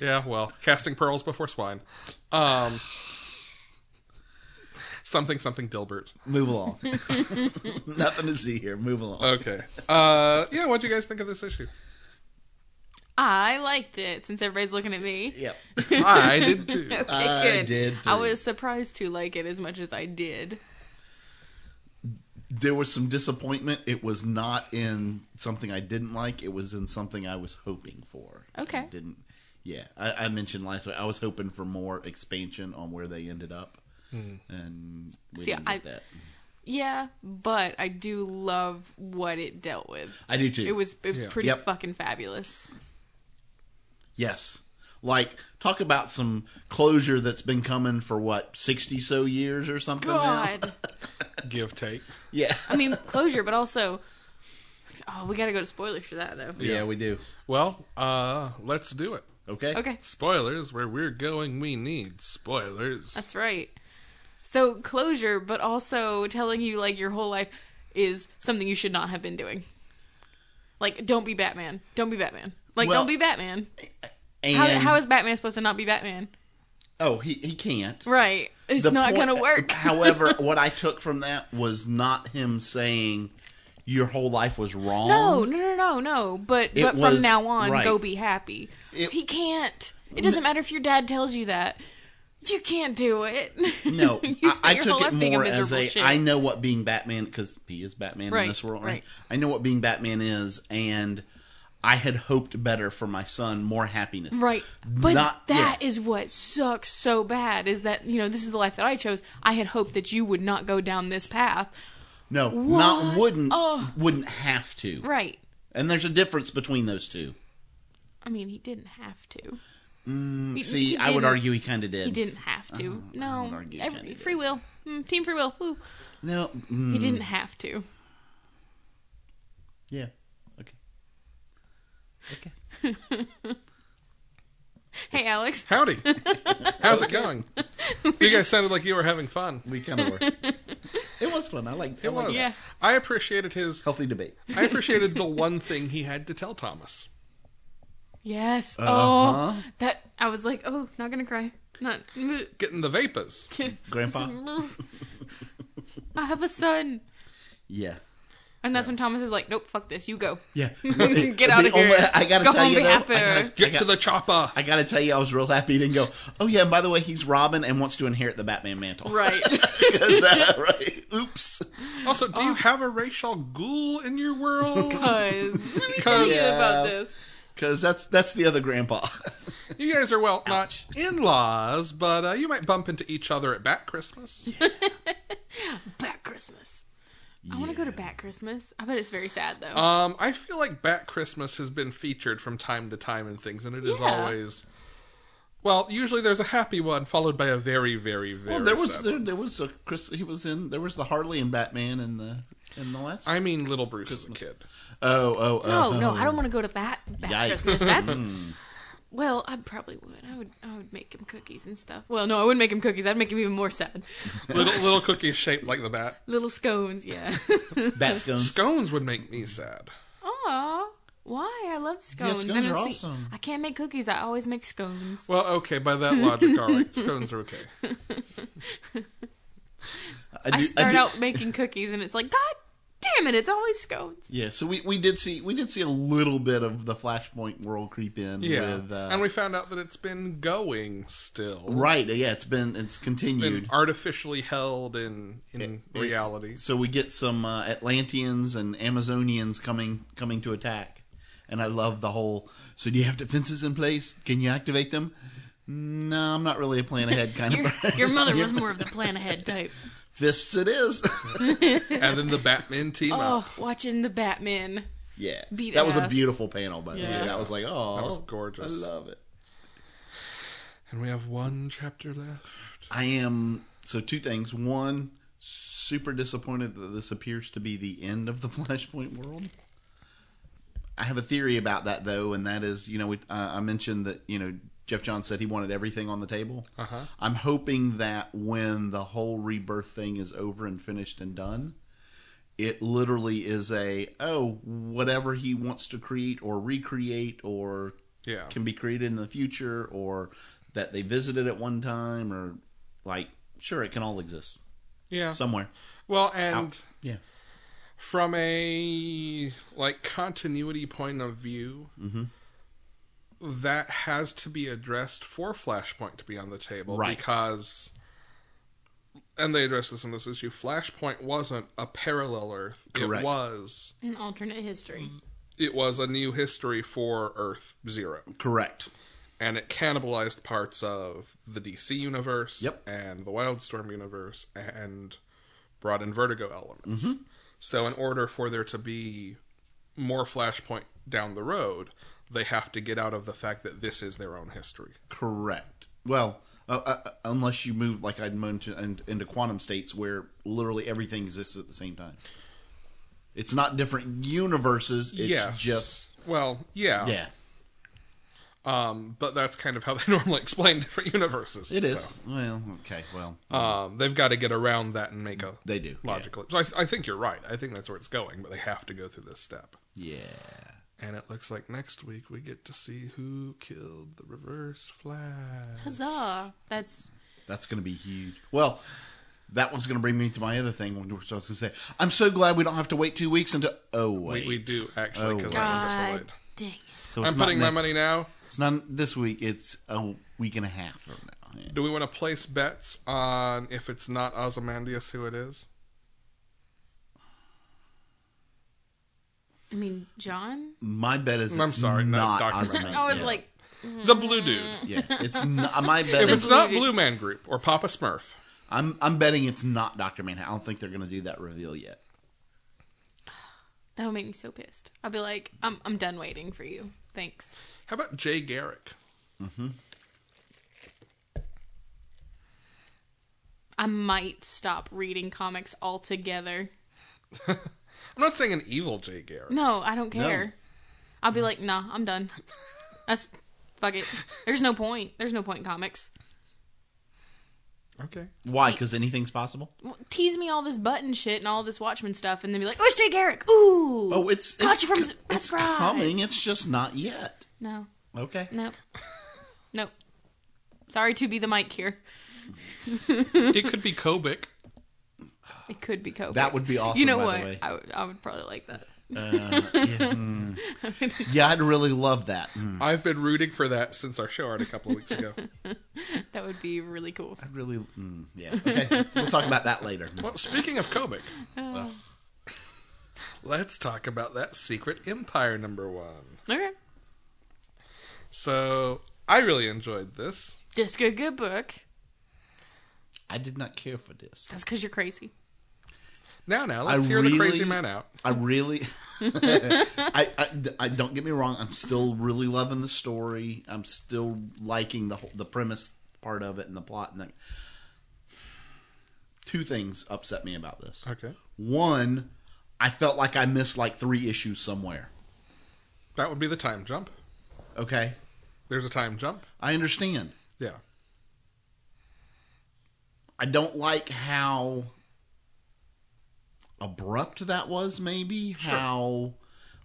Yeah, well, casting pearls before swine. Um, something, something Dilbert. Move along. Nothing to see here. Move along. Okay. Uh, yeah, what'd you guys think of this issue? I liked it since everybody's looking at me. Yep. I did too. Okay, I good. did I too. was surprised to like it as much as I did. There was some disappointment. It was not in something I didn't like. It was in something I was hoping for. Okay. I didn't. Yeah, I, I mentioned last week. I was hoping for more expansion on where they ended up, and we Hmm. See, didn't get I- that. Yeah, but I do love what it dealt with. I do too. It was it was Yeah. pretty Yep. fucking fabulous. Yes. Like talk about some closure that's been coming for what sixty so years or something. Now. God. Give, take. Yeah. I mean closure, but also Oh, we gotta go to spoilers for that though. Yeah, we do. Well, uh, let's do it. Okay. Okay. Spoilers, where we're going, we need spoilers. That's right. So closure, but also telling you like your whole life is something you should not have been doing. Like, don't be Batman. Don't be Batman. Like, Well, don't be Batman. And How, how is Batman supposed to not be Batman? oh he he can't. Right. It's The not point- gonna work. however, what I took from that was not him saying your whole life was wrong. No, no, no, no, no. But It but was- from now on, right. go be happy. It- he can't. It doesn't matter if your dad tells you that. You can't do it. No, you I, spent I your took whole it life being more as miserable a I shit. know what being Batman because he is Batman Right, in this world. right. I know what being Batman is, and I had hoped better for my son, more happiness. Right. But Not- that yeah. is what sucks so bad is that, you know, this is the life that I chose. I had hoped that you would not go down this path. No, not What? wouldn't Ugh. wouldn't have to. oh. Right. And there's a difference between those two. I mean, he didn't have to. He- Mm, See, he I would didn't- argue he kind of did. He didn't have to. I would no. argue every- Kennedy free will. Mm, team free will. Woo. No. He mm, didn't have to. Yeah. Okay. Okay. Hey, Alex. Howdy. How's it going? You guys sounded like you were having fun. We kind of were. it was fun. I like. It was. Yeah. I appreciated his. healthy debate. I appreciated the one thing he had to tell Thomas. Yes. Uh-huh. Oh, that I was like, oh, not gonna cry. Not. Getting the vapors. Grandpa. I have a son, Yeah. and that's when Thomas is like, nope, fuck this, you go. Yeah. Get out The of here. only- I gotta go tell home, you be though, I happy. gotta- Get to the chopper. I gotta tell you, I was real happy. He didn't go. Oh yeah, and by the way, he's Robin and wants to inherit the Batman mantle. Right. 'Cause that- right? Oops. Also, do Oh. you have a racial ghoul in your world? Cause let me tell Cause- you about Yeah. this. Because that's that's the other grandpa. You guys are well not in-laws, but uh, you might bump into each other at Bat Christmas. Bat Christmas. I want to go to Bat Christmas. I bet it's very sad though. Uh-huh. Um, I feel like Bat Christmas has been featured from time to time in things, and it is Yeah. always well. Usually, there's a happy one followed by a very, very, very. Well, there was sad there, one. there was a Chris. He was in. There was the Harley and Batman and the and the last. I mean, Little Bruce as a kid. oh oh oh. no, no, oh. I don't want to go to that Bat Yikes. Christmas. That's well, I probably would. I would. I would make him cookies and stuff. Well, no, I wouldn't make him cookies. I'd make him even more sad. little little cookies shaped like the bat. Little scones, yeah. Bat scones. Scones would make me sad. Aw. Why? I love scones. scones I'm are asleep. awesome. I can't make cookies. I always make scones. Well, okay, by that logic, all right, scones are okay. do- I start do- out making cookies and it's like, God damn it, it's always scones. Yeah, so we, we did see we did see a little bit of the Flashpoint world creep in. Yeah, With, uh, and we found out that it's been going still. right. Yeah, it's been it's continued. Been artificially held in in It's- reality. So we get some uh, Atlanteans and Amazonians coming coming to attack, and I love the whole. So do you have defenses in place? Can you activate them? No, I'm not really a plan ahead kind Your, of person. your mother was more of the plan ahead type. Fists it is. and then the Batman team up. Oh, watching the Batman. yeah, Beat that was a ass. beautiful panel by the Yeah. way. That was like oh, That was gorgeous. I love it. And we have one chapter left. I am so two things. One, super disappointed that this appears to be the end of the Flashpoint world. I have a theory about that though, and that is, you know, we, uh, I mentioned that you know Jeff Johns said he wanted everything on the table. Uh-huh. I'm hoping that when the whole rebirth thing is over and finished and done, it literally is a oh whatever he wants to create or recreate or Yeah. can be created in the future or that they visited at one time or like sure it can all exist Yeah. somewhere. well, and Out. Yeah. from a like continuity point of view, Mm-hmm. that has to be addressed for Flashpoint to be on the table Right. because. And they address this in this issue. Flashpoint wasn't a parallel Earth. Correct. It was An alternate history. it was a new history for Earth Zero. Correct. and it cannibalized parts of the DC universe Yep. and the Wildstorm universe and brought in Vertigo elements. Mm-hmm. So, in order for there to be more Flashpoint down the road, they have to get out of the fact that this is their own history. Correct. Well, uh, uh, unless you move like I'd moved to, in, into quantum states where literally everything exists at the same time. It's not different universes. It's yes. just well, yeah. yeah. Um, but that's kind of how they normally explain different universes. It is. so, Well, okay. Well, um, they've got to get around that and make a they do. Yeah. logical. So I, th- I think you're right. I think that's where it's going, but they have to go through this step. Yeah. And it looks like next week we get to see who killed the reverse flag. Huzzah! That's That's going to be huge. Well, that one's going to bring me to my other thing, which I was going to say. I'm so glad we don't have to wait two weeks until. Oh wait, We, we do actually Oh, because that one God got delayed. dang. So I'm not putting my next- money now. It's not this week. It's a week and a half from now. Yeah. Do we want to place bets on if it's not Ozymandias who it is? I mean, John. My bet is. It's I'm sorry, not not Dr. Ozymandias. Manhattan. I was Yeah. like, The blue dude. Yeah, it's not, my bet. If Is, it's not Mm. Blue Dude. Blue Man Group or Papa Smurf, I'm I'm betting it's not Doctor Manhattan. I don't think they're going to do that reveal yet. that'll make me so pissed. I'll be like, I'm I'm done waiting for you. Thanks. how about Jay Garrick? I might stop reading comics altogether. I'm not saying an evil Jay Garrick. No, I don't care. I'll be like, nah, I'm done. That's fuck it. There's no point. There's no point in comics. Okay. Why? Because anything's possible. Tease me all this button shit and all this Watchmen stuff, and then be like, oh, it's Jay Garrick. Ooh. Oh, it's Caught you from it's, by it's surprise. coming. It's just not yet. No, Okay. no, no. Sorry to be the mic here. it could be Kobik. It could be Kobe. That would be awesome. You know by what? The way. I would- I would probably like that. yeah, I'd really love that. Mm, I've been rooting for that since our show art a couple of weeks ago. That would be really cool. I'd really. Mm, yeah. Okay. we'll talk about that later. Well, speaking of Kobik, Oh. let's talk about that Secret Empire number one. Okay. So I really enjoyed this. Disc a good book. I did not care for this. That's because you're crazy. Now, now, I let's hear the crazy really- man out. I really, I, I, I don't get me wrong. I'm still really loving the story. I'm still liking the whole, the premise part of it and the plot. And the, two things upset me about this. Okay, One, I felt like I missed like three issues somewhere. that would be the time jump. Okay, There's a time jump. I understand. Yeah, I don't like how abrupt that was. Maybe how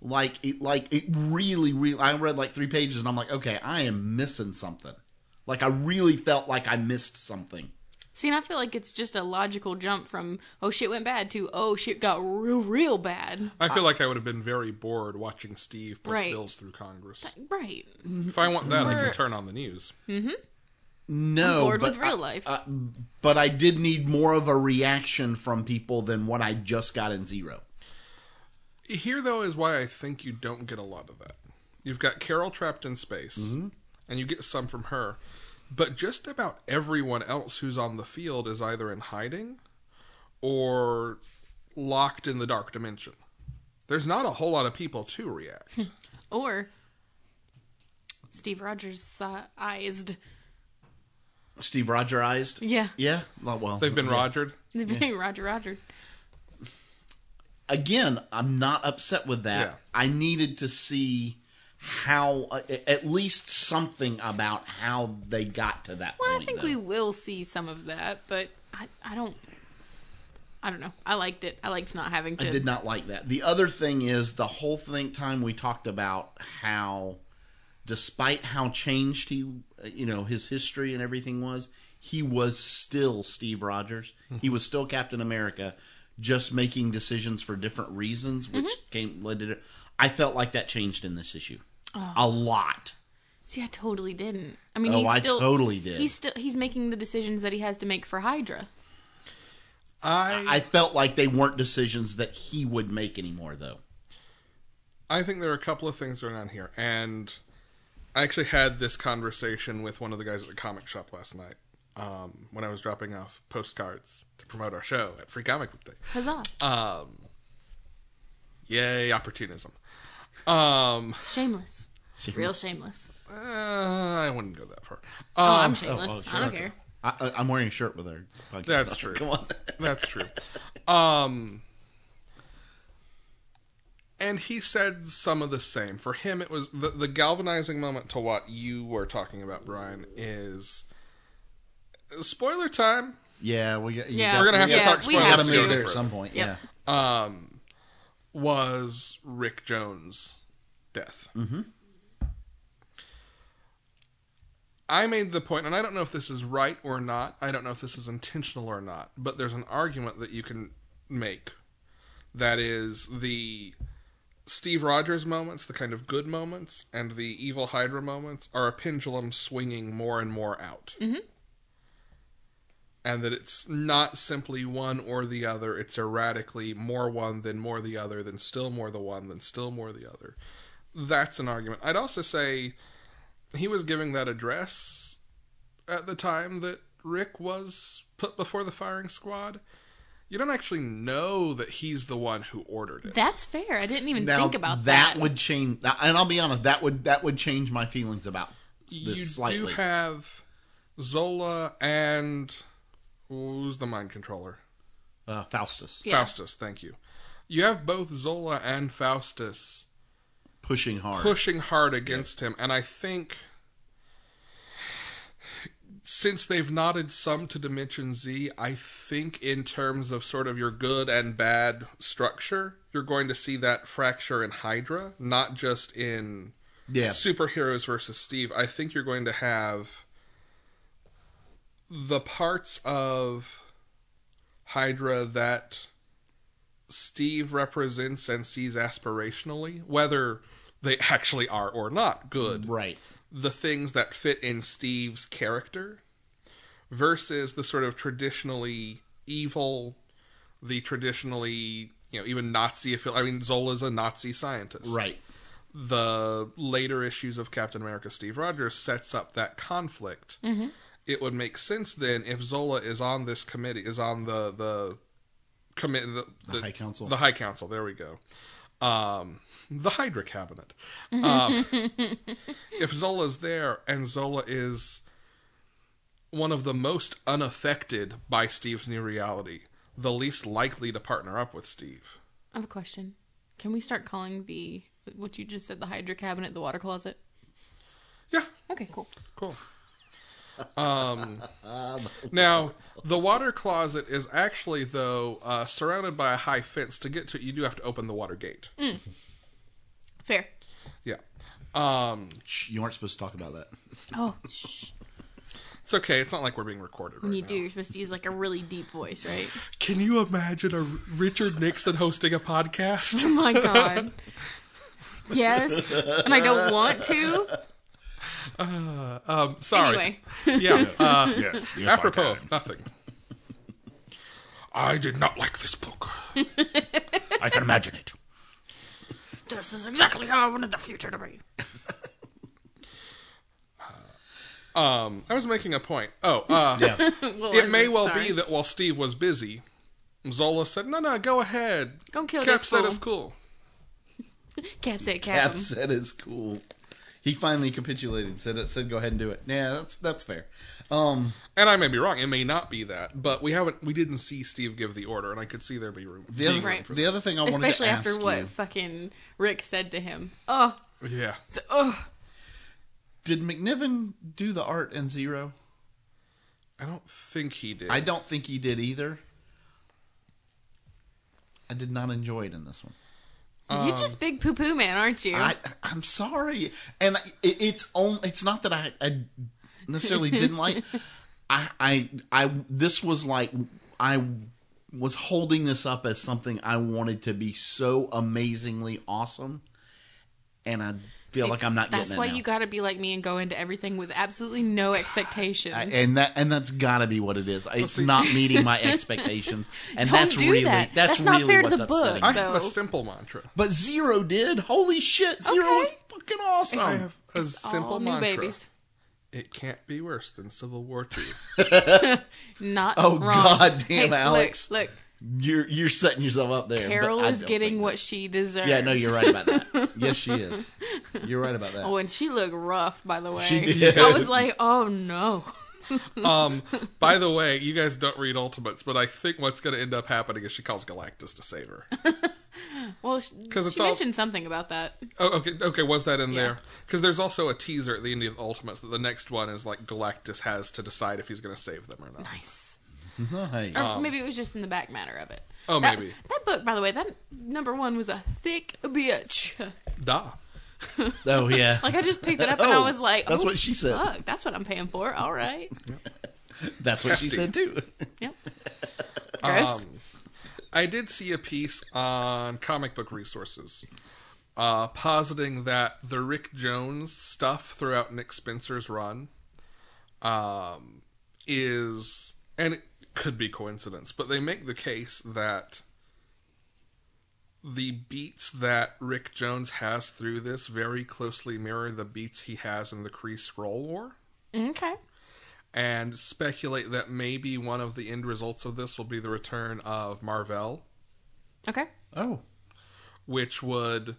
like it like it really really. I read like three pages and I'm like, okay, I am missing something. Like I really felt like I missed something. See, and I feel like it's just a logical jump from oh shit went bad to oh shit got real real bad. I feel like I would have been very bored watching Steve push Right. bills through Congress. Right. If I want that, I We're- can turn on the news. No, Bored but with real I- life. but I did need more of a reaction from people than what I just got in zero. Here, though, is why I think you don't get a lot of that. You've got Carol trapped in space, and you get some from her, but just about everyone else who's on the field is either in hiding or locked in the dark dimension. There's not a whole lot of people to react. or Steve Rogers sized. Steve Rogerized. Yeah. Yeah. Well, They've been yeah. rogered. The big Roger Roger. again, I'm not upset with that. Yeah. I needed to see how uh, at least something about how they got to that Well, point. I think though. we will see some of that, but I, I don't. I don't know. I liked it. I liked not having to. I did not like that. The other thing is the whole thing time we talked about how, despite how changed he, you know, his history and everything was, he was still Steve Rogers. He was still Captain America, just making decisions for different reasons, which came led to. I felt like that changed in this issue a lot. See, I totally didn't. I mean, Oh, he's I still totally did. He's still he's making the decisions that he has to make for Hydra. I I felt like they weren't decisions that he would make anymore, though. I think there are a couple of things going on here, and I actually had this conversation with one of the guys at the comic shop last night um, when I was dropping off postcards to promote our show at Free Comic Book Day. Huzzah! Uh, Yay, opportunism! Um, shameless. Real shameless. uh, I wouldn't go that far. Oh, Um, I'm shameless. I don't care. I, I, I'm wearing a shirt with our podcast. That's on. true. Come on. That's true. Um, and he said some of the same. For him, it was the, the galvanizing moment to what you were talking about, Brian, is spoiler time. Yeah, we, you Yeah. got- We're gonna have we to got- talk we we spoilers got have to gotta move there to. at some point. Yep. Yeah, Um, was Rick Jones' death. Mm-hmm. I made the point, and I don't know if this is right or not. I don't know if this is intentional or not, but there's an argument that you can make that is the Steve Rogers moments, the kind of good moments, and the evil Hydra moments are a pendulum swinging more and more out. Mm-hmm. And that it's not simply one or the other, it's erratically more one than more the other, than still more the one, than still more the other. That's an argument. I'd also say he was giving that address at the time that Rick was put before the firing squad. You don't actually know that he's the one who ordered it. That's fair. I didn't even Now, think about that. that. Would change, and I'll be honest, that would that would change my feelings about this you slightly. do have Zola and who's the mind controller? uh, Faustus Yeah. Faustus, thank you. You have both Zola and Faustus pushing hard. pushing hard against him, and I think since they've nodded some to Dimension Z, I think in terms of sort of your good and bad structure, you're going to see that fracture in Hydra, not just in Yeah, superheroes versus Steve, I think you're going to have the parts of Hydra that Steve represents and sees aspirationally, whether they actually are or not good, right. the things that fit in Steve's character versus the sort of traditionally evil, the traditionally, you know, even Nazi. affil- I mean, Zola's a Nazi scientist Right. the later issues of Captain America Steve Rogers sets up that conflict. It would make sense then if Zola is on this committee, is on the the commit the, The High Council. the High Council. There we go. Um, the Hydra Cabinet. Um, if Zola's there and Zola is one of the most unaffected by Steve's new reality, the least likely to partner up with Steve. I have a question. Can we start calling the what you just said the Hydra cabinet the water closet? Yeah, Okay, cool. Cool. Um, now, the water closet is actually, though, uh, surrounded by a high fence. To get to it, you do have to open the water gate. Fair. Yeah. Um, Shh, you weren't supposed to talk about that. Oh, shh. it's okay. It's not like we're being recorded right when you now. do, you're supposed to use like a really deep voice, right? Can you imagine a Richard Nixon hosting a podcast? Oh my god. Yes, and I don't want to. Um, sorry. Anyway, Yeah. Uh, Yes. yes, I apropos can. of nothing. I did not like this book. I can imagine it. this is exactly how I wanted the future to be. Um, I was making a point. Oh, uh, Yeah, Well, it I'm may well sorry. be that while Steve was busy, Zola said, "No, no, go ahead. Go kill Cap this said fool. it's cool." Cap said cap. Cap said it's cool. He finally capitulated. Said it. Said go ahead and do it. Yeah, that's that's fair. Um, And I may be wrong; it may not be that, but we haven't, we didn't see Steve give the order, and I could see there be room. the being other room Right. for the that. other thing I wanted Especially to after ask what you- fucking Rick said to him. Oh, Yeah. So, oh. ugh. Did McNiven do the art in Zero? I don't think he did. I don't think he did either. I did not enjoy it in this one. Um, You're just big poo poo man, aren't you? I, I'm sorry, and I, it, it's on. It's not that I, I necessarily didn't like. I, I, I. This was like I was holding this up as something I wanted to be so amazingly awesome, and I feel like I'm not. That's getting it why now. you got to be like me and go into everything with absolutely no expectations. I- and that and that's got to be what it is. It's see- not meeting my expectations, and Don't that's do really that. that's, That's not really fair to what's the book. upsetting. I me. have a though. simple mantra. But Zero did. Holy shit! Zero Okay. was fucking awesome. I have Um, a All simple new mantra. babies. It can't be worse than Civil War Two. Not Oh, wrong. God damn, Hey, look, Alex. Look, You're you're setting yourself up there. but Carol I is don't getting think what she deserves. that- Yeah, no, you're right about that. yes, she is. You're right about that. Oh, and she looked rough, by the way. She did. I was like, oh no. Um, by the way, you guys don't read Ultimates, but I think what's going to end up happening is she calls Galactus to save her. Well, she, 'Cause it's she all- mentioned something about that. Oh, okay, okay, was that in Yeah. there? Because there's also a teaser at the end of Ultimates that the next one is like Galactus has to decide if he's going to save them or not. Nice. Nice. Um, Or maybe it was just in the back matter of it. Oh, That- maybe. That book, by the way, that number one was a thick bitch. Da. Oh yeah. Like I just picked it up and I Oh, was like, that's oh, what she said. Fuck, that's what I'm paying for. All right. That's what she hefty. said too. Yep. Gross. Um, I did see a piece on comic book resources uh, positing that the Rick Jones stuff throughout Nick Spencer's run um, is, and it could be coincidence, but they make the case that the beats that Rick Jones has through this very closely mirror the beats he has in the Kree Scroll War okay. and speculate that maybe one of the end results of this will be the return of Marvel, Okay. Oh. which would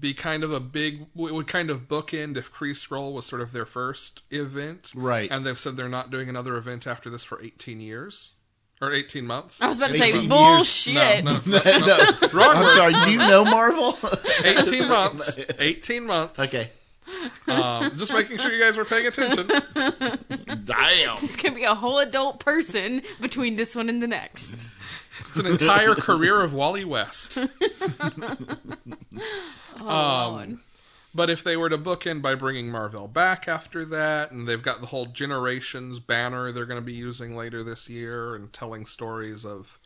be kind of a big it would kind of bookend if Kree Scroll was sort of their first event. Right. And they've said they're not doing another event after this for 18 years or 18 months. I was about to 18 say years. bullshit. No, no. no. Wrong I'm word. sorry. Do you know Marvel? 18 months. 18 months. okay. Um, just making sure you guys were paying attention. Damn. This could be a whole adult person between this one and the next. It's an entire career of Wally West. Um, Oh, Lord. But if they were to bookend by bringing Marvel back after that, and they've got the whole Generations banner they're going to be using later this year, and telling stories of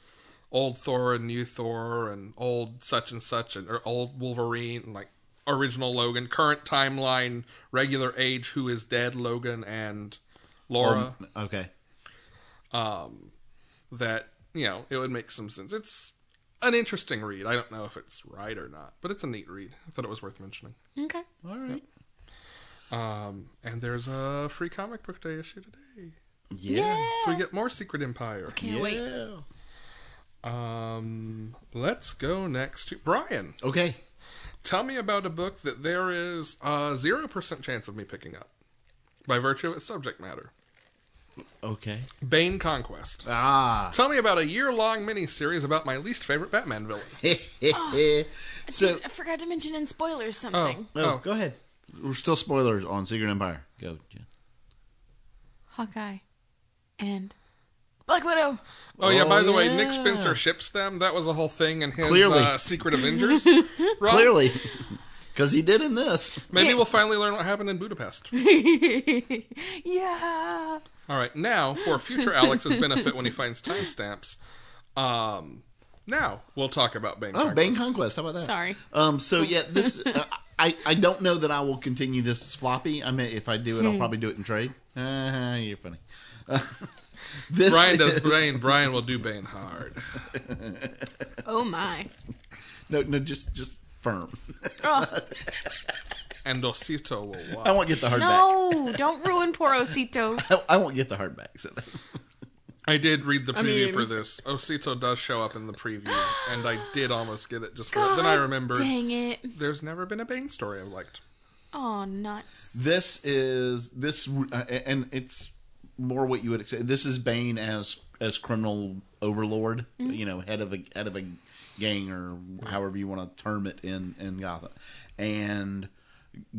old Thor and new Thor, and old such and such, and or old Wolverine, and like original Logan, current timeline, regular age, who is dead, Logan and Laura. Okay. that you know it would make some sense. It's an interesting read. I don't know if it's right or not, but it's a neat read. I thought it was worth mentioning. Okay. All right. Um, and there's a free comic book day issue today. Yeah. So we get more Secret Empire. Can't wait. Yeah. Um, let's go next to Brian. Okay. Tell me about a book that there is a zero percent chance of me picking up by virtue of its subject matter. Okay. Bane Conquest. Ah. Tell me about a year-long miniseries about my least favorite Batman villain. so. I forgot to mention in spoilers Oh, something. Oh, oh, go ahead. We're still spoilers on Secret Empire. Go, Jen. Hawkeye and Black Widow. Oh yeah, Oh, by the way, yeah. Nick Spencer ships them. That was a whole thing in his Clearly. Uh, Secret Avengers. Rob, Clearly, because he did in this. Maybe Yeah. we'll finally learn what happened in Budapest. yeah. All right, now for future Alex's benefit when he finds timestamps. Um, now we'll talk about Bang. Oh, Conquest. Bane Conquest. How about that? Sorry. Um. So yeah, this uh, I I don't know that I will continue this floppy. I mean, if I do it, Hmm. I'll probably do it in trade. Uh, you're funny. Uh, this Brian does is- Bane. Brian will do Bane hard. Oh my. No, no, just just firm. Oh, And Osito will I watch. won't get the hardback. no, don't ruin poor Osito. I, I won't get the hardback. So that's, I did read the preview mean- for this. Osito does show up in the preview, and I did almost get it just for Then I remembered Dang it. there's never been a Bane story I've liked. Oh, nuts. this is this, uh, and it's more what you would expect. This is Bane as as criminal overlord, you know, head of a head of a gang or however you want to term it in in Gotham, and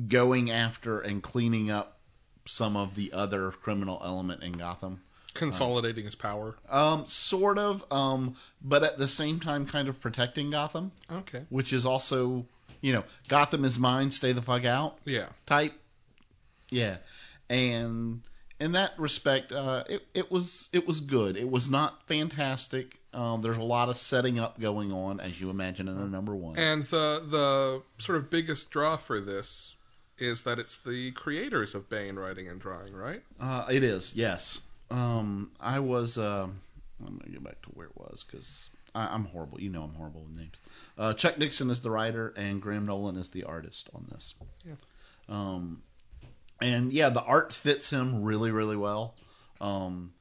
going after and cleaning up some of the other criminal element in Gotham. consolidating his power. Um, sort of, um, but at the same time, kind of protecting Gotham, Okay. which is also, you know, Gotham is mine, stay the fuck out Yeah. type. Yeah, and in that respect, uh, it it was it was good. It was not fantastic. Um, there's a lot of setting up going on, as you imagine, in a number one. And the the sort of biggest draw for this is that it's the creators of Bane writing and drawing, right? Uh, it is, yes. Um, I was. um I'm going to get back to where it was because I'm horrible. You know, I'm horrible with names. Uh, Chuck Dixon is the writer, and Graham Nolan is the artist on this. Yeah. Um, and yeah, the art fits him really, really well. Um,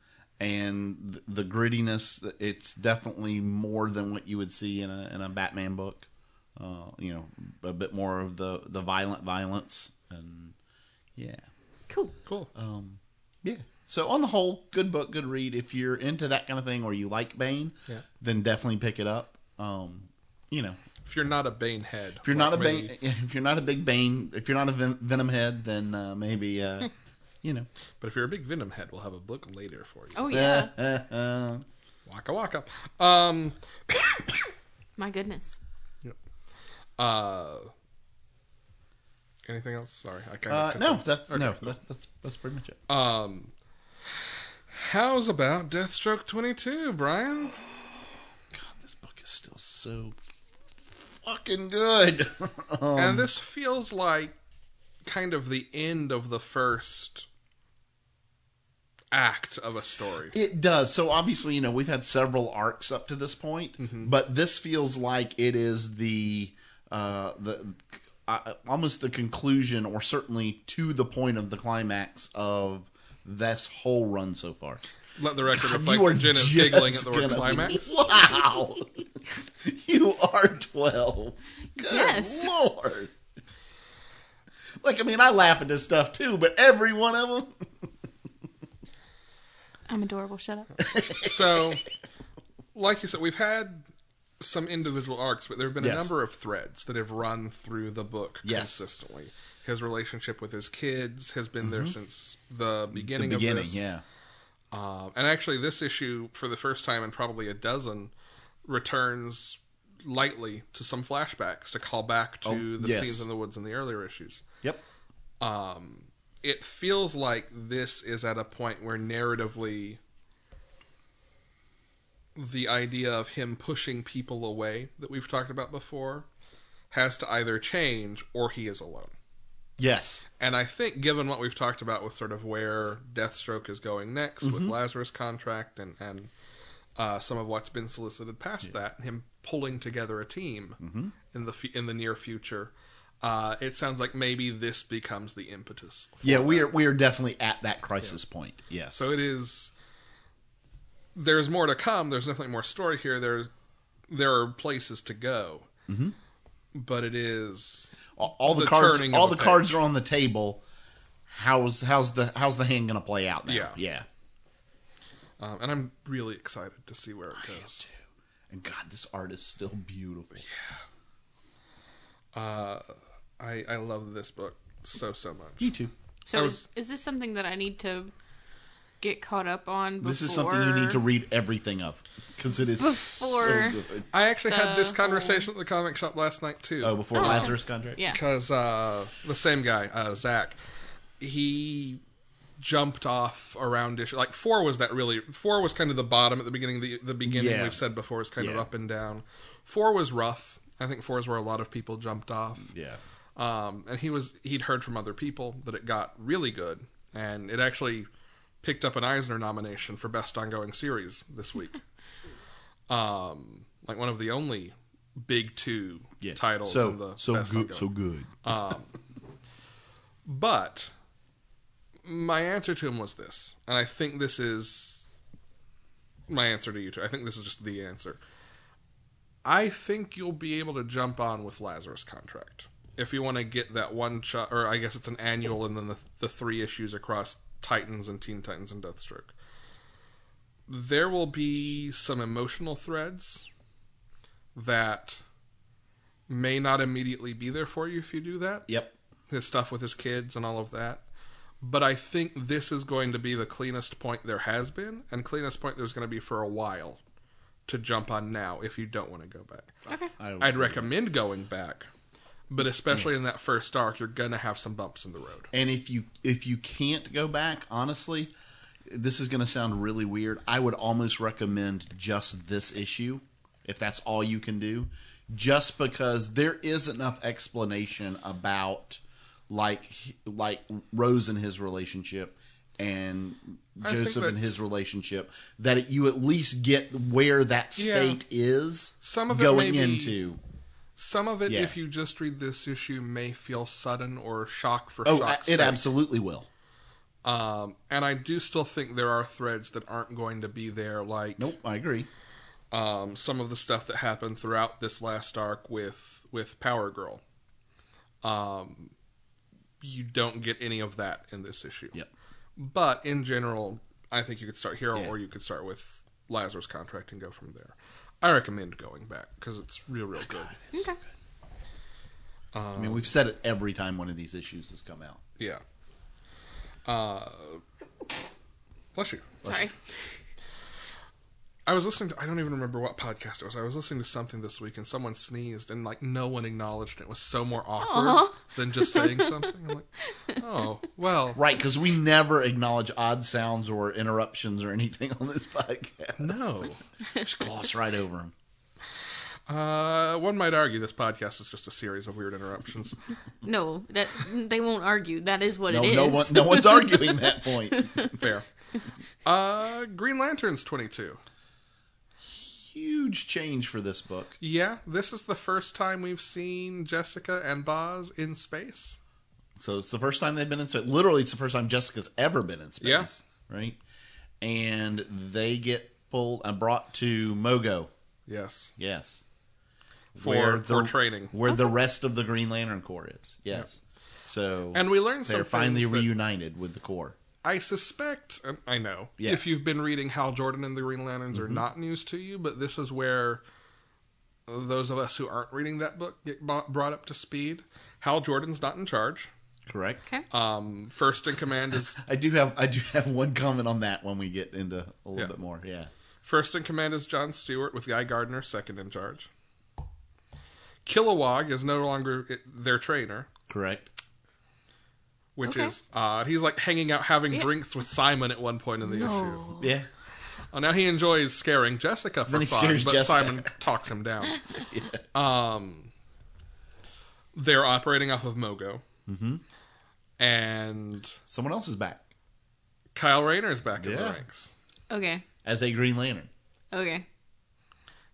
and th- the grittiness, it's definitely more than what you would see in a in a Batman book. Uh, you know, a bit more of the the violent violence, and yeah. Cool. Cool. Uh, Yeah. So on the whole, good book, good read. If you're into that kind of thing or you like Bane, Yeah. then definitely pick it up. Um, you know, if you're not a Bane head, if you're not a Bane, if you're not a big Bane, if you're not a Ven- Venom head, then uh, maybe uh, you know. but if you're a big Venom head, we'll have a book later for you. Oh yeah. Uh, Oh. Waka waka. Um. My goodness. Uh. Anything else? Sorry, I kind uh, of no, that's no, that, that's that's pretty much it. Um. How's about Deathstroke 22, Brian? this book is still so fucking good. um, and this feels like kind of the end of the first act of a story. It does. So obviously, you know, we've had several arcs up to this point, but this feels like it is the uh, the uh, almost the conclusion, or certainly to the point of the climax of this whole run so far. Let the record reflect you are that Jen is just giggling at the word gonna be- climax. Wow, you are twelve. Good Yes. lord. Like I mean, I laugh at this stuff too, but every one of them. I'm adorable. Shut up. So, like you said, we've had some individual arcs, but there have been a Yes. number of threads that have run through the book Yes. consistently. His relationship with his kids has been Mm-hmm. there since the beginning, of this. Um, and actually, this issue, for the first time in probably a dozen, returns lightly to some flashbacks to call back to Oh, the yes. scenes in the woods in the earlier issues. Yep. Um, it feels like this is at a point where narratively the idea of him pushing people away that we've talked about before has to either change or he is alone. Yes. And I think, given what we've talked about with sort of where Deathstroke is going next with Lazarus contract and and uh, some of what's been solicited past that, and him pulling together a team in the fu- in the near future, uh, it sounds like maybe this becomes the impetus. for Yeah, we that. are we are definitely at that crisis point. Yes. So it is. There's more to come. There's definitely more story here. There's there are places to go, Mm-hmm. but it is all, all the, the cards turning of all a the cards page. are on the table. How's how's the how's the hand going to play out now? Yeah. Yeah. um, and I'm really excited to see where it goes. And God, this art is still beautiful. I, I love this book so so much. You too. I So was- is, is this something that I need to get caught up on? Before, This is something you need to read everything of because it is Before- so good. I actually had this The conversation at the comic shop last night too. Oh, before Oh. Lazarus contract. Yeah. because uh, the same guy, uh, Zach, he jumped off around issue like four was that really four was kind of the bottom at the beginning. The the beginning Yeah. we've said before is kind of Yeah. up and down. Four was rough. I think four is where a lot of people jumped off. Yeah. Um, and he was he'd heard from other people that it got really good, and it actually picked up an Eisner nomination for best ongoing series this week. um, like one of the only big two Yeah. titles So in the so best good. ongoing. So good. But my answer to him was this, and I think this is my answer to you too. I think this is just the answer. I think you'll be able to jump on with Lazarus contract if you want to get that one shot, or I guess it's an annual, and then the the three issues across Titans and Teen Titans and Deathstroke. There will be some emotional threads that may not immediately be there for you if you do that yep. his stuff with his kids and all of that. But I think this is going to be the cleanest point there has been, and cleanest point there's going to be for a while to jump on now if you don't want to go back. Okay. I I'd recommend going back, but Mm. especially in that first arc, you're going to have some bumps in the road. And if you if you can't go back, honestly, this is going to sound really weird. I would almost recommend just this issue if that's all you can do, just because there is enough explanation about like like Rose and his relationship and I think Joseph and that's- his relationship that you at least get where that state is Some of it may going be- into. Some of it, Yeah. if you just read this issue, may feel sudden or shock for Oh, shock's it sake. absolutely will. Um, and I do still think there are threads that aren't going to be there, like Nope, I agree. um, some of the stuff that happened throughout this last arc with with Power Girl. Um, you don't get any of that in this issue. Yep. But in general, I think you could start Hero, Yeah. or you could start with Lazarus contract and go from there. I recommend going back because it's real, Oh, real good. Okay. I mean, we've said it every time one of these issues has come out. Yeah. Uh, bless you. Sorry. I was listening to I don't even remember what podcast it was. I was listening to something this week and someone sneezed and like no one acknowledged it. It was so more awkward Aw. than just saying something. I'm like, oh well, Right, because we never acknowledge odd sounds or interruptions or anything on this podcast. no. Just gloss right over them. Uh, one might argue this podcast is just a series of weird interruptions. No, that they won't argue. That is what No, it is. no, one, no one's arguing that point. Fair. Uh, Green Lantern's twenty two. Huge change for this book. Yeah, this is the first time we've seen Jessica and Boz in space. So it's the first time they've been in space. Literally, it's the first time Jessica's ever been in space. Yeah. Right? And they get pulled and brought to Mogo. Yes, Yes. for Where for the- training, Where the rest of the Green Lantern Corps is. Yes. So and we learned they're some finally things that- reunited with the Corps. I suspect, and I know, Yeah. if you've been reading Hal Jordan and the Green Lanterns Mm-hmm. are not news to you, but this is where those of us who aren't reading that book get bo- brought up to speed. Hal Jordan's not in charge. Correct? Okay. Um, first in command is I do have I do have one comment on that when we get into a little Yeah. bit more. Yeah. first in command is John Stewart with Guy Gardner second in charge. Kilowog is no longer i- their trainer, Correct. which Okay. is odd. He's like hanging out having Yeah. drinks with Simon at one point in the issue. No. Yeah. Oh, now he enjoys scaring Jessica for Then he fun, scares but Jessica. Simon talks him down. Um, they're operating off of Mogo, Mhm. and Someone else is back Kyle Rayner's back in the Yeah. ranks. Okay. as a Green Lantern. Okay.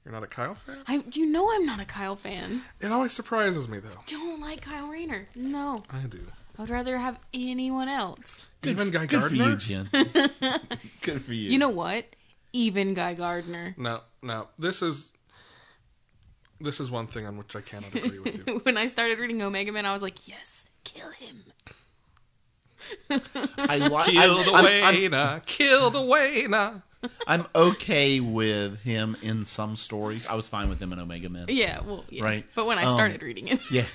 You're not a Kyle fan. I you know I'm not a Kyle fan. It always surprises me though. Don't like Kyle Rayner. No. I do. I would rather have anyone else. Even Guy Good for you, Gardner. Jen. Good for you. You know what? Even Guy Gardner. No, no. This is this is one thing on which I cannot agree with you. when I started reading Omega Man, I was like, yes, kill him. I li- Kill the I'm, I'm, I'm, Wayna. Kill the Wayna. I'm okay with him in some stories. I was fine with him in Omega Men. Yeah, well, yeah. Right. But when I Um, started reading it, Yeah.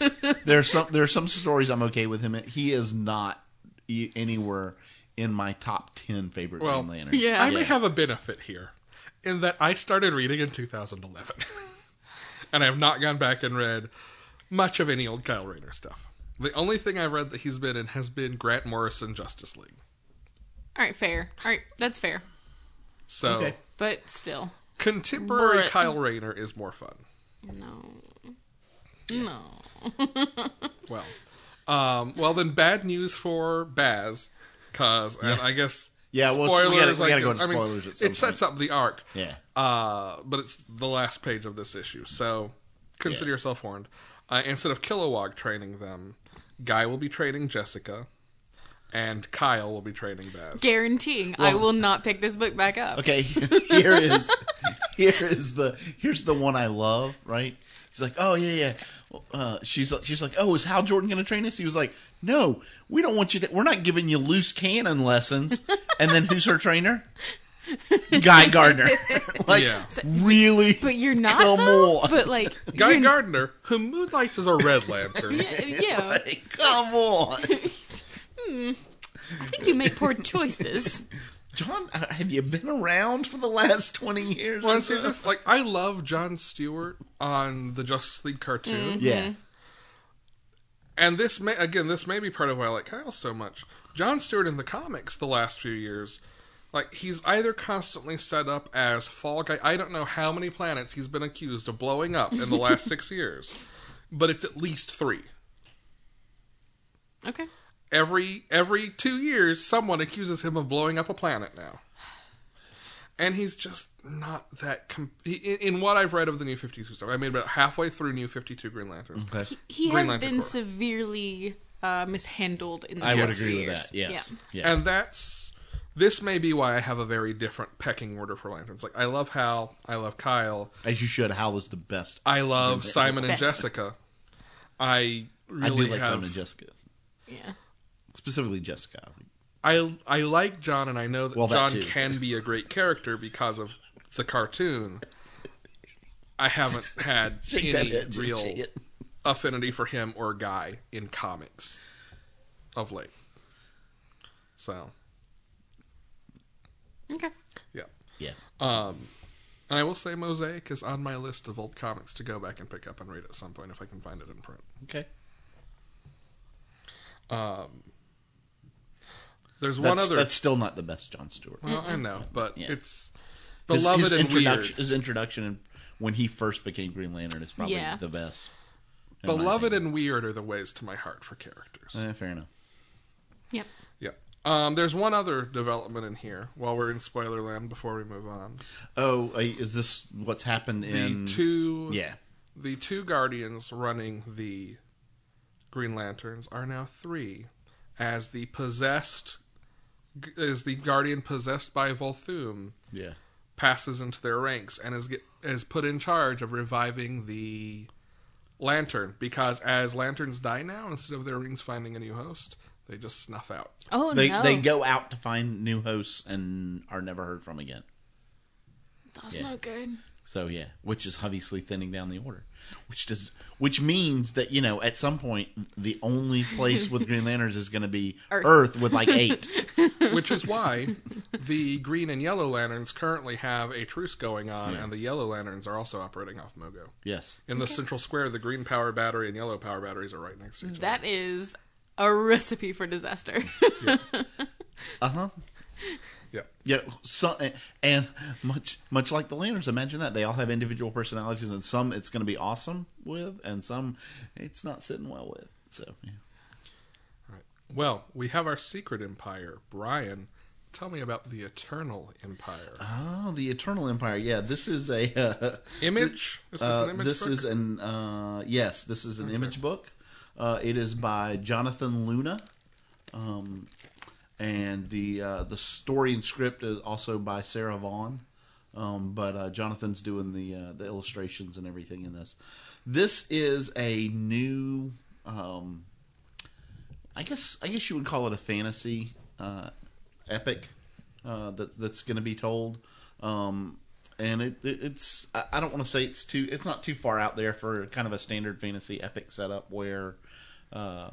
There are some there are some stories I'm okay with him in. He is not e- anywhere in my top 10 favorite Well, Green Lanterns. yeah. I may have a benefit here in that I started reading in 2011. and I have not gone back and read much of any old Kyle Rayner stuff. The only thing I've read that he's been in has been Grant Morrison Justice League. all right, fair. All right, that's fair. So Okay. But still, contemporary But- Kyle Rayner is more fun. no. No. Well, um, well then bad news for Baz cuz and I guess Yeah, well, so we gotta- we I gotta go can- to I mean, spoilers at some it sets up the arc. Yeah. Uh, but it's the last page of this issue, so consider Yeah. yourself warned. Uh, instead of Kilowog training them, Guy will be training Jessica, and Kyle will be training Baz. Guaranteeing I will not pick this book back up. Okay, here is here is the here's the one I love. Right? He's like, oh yeah, yeah. Well, Uh, she's she's like, oh, is Hal Jordan going to train us? He was like, no, we don't want you. to We're not giving you loose cannon lessons. and then who's her trainer? Guy Gardner. like, Yeah. really? But you're not Come though. on. But like Guy you're- Gardner, who moonlights as a red lantern. Yeah, I Like, come on. think you make poor choices. John, uh, have you been around for the last 20 years? Well, or and see so? this, like I love John Stewart on the Justice League cartoon, Yeah. and this may again this may be part of why I like Kyle so much. John Stewart in the comics the last few years, like he's either constantly set up as Fall Guy. I don't know how many planets he's been accused of blowing up in the last six years, but it's at least three. Okay. every every two years someone accuses him of blowing up a planet now and he's just not that com- he- in, in what i've read of the new 52 stuff i made about halfway through new 52 green lanterns Okay. He Green has Lantern been Corps. severely uh, mishandled in the I would past agree with years. that. Yes. Yeah. Yeah. and that's this may be why i have a very different pecking order for lanterns like i love hal i love kyle As you should, Hal is the best. i love simon and Best. jessica i I really do like have Simon and Jessica. Yeah. Specifically Jessica. I I like John, and I know that Well, that John too. can be a great character because of the cartoon. I haven't had Shake that any head, Jim, real shake it. affinity for him or Guy in comics of late. So Okay. yeah, Yeah. and I will say Mosaic is on my list of old comics to go back and pick up and read at some point if I can find it in print. Okay. There's That's, one other. that's still not the best John Stewart. well, I know, but Yeah. it's His- beloved his, and introduction, weird. his introduction and when he first became Green Lantern is probably Yeah. the best. in my Beloved opinion. and weird are the ways to my heart for characters. Eh, fair enough. Yep. Yeah. Um, there's one other development in here while we're in spoiler land before we move on. Oh, uh, is this what's happened The in? two yeah. the two guardians running the Green Lanterns are now three as the possessed as the guardian possessed by Volthoom Yeah. passes into their ranks and is get, is put in charge of reviving the lantern because as lanterns die now instead of their rings finding a new host they just snuff out Oh They no. they go out to find new hosts and are never heard from again. That's yeah. not good. So yeah, which is obviously thinning down the order, which does which means that you know at some point the only place with Green Lanterns is going to be Earth. Earth. with like eight. which is why the green and yellow lanterns currently have a truce going on, and the yellow lanterns are also operating off Mogo. yes, In the central square, the green power battery and yellow power batteries are right next to each other. That is a recipe for disaster. uh huh. Yeah, Yeah, so, and much much like the Lanterns, imagine that they all have individual personalities, and some it's going to be awesome with, and some it's not sitting well with. So yeah. right. Well, we have our secret empire. Brian, tell me about the Eternal Empire. oh, the Eternal Empire. Yeah, this is a uh, Image? This is uh, an image this book? is an uh, yes, this is an image book. Uh, it is by Jonathan Luna, um, and the uh, the story and script is also by Sarah Vaughn. Um, but uh, Jonathan's doing the uh, the illustrations and everything in this. This is a new, um, I guess I guess you would call it a fantasy uh, epic uh, that that's going to be told. Um, and it, it it's I I don't want to say it's too it's not too far out there for kind of a standard fantasy epic setup where uh,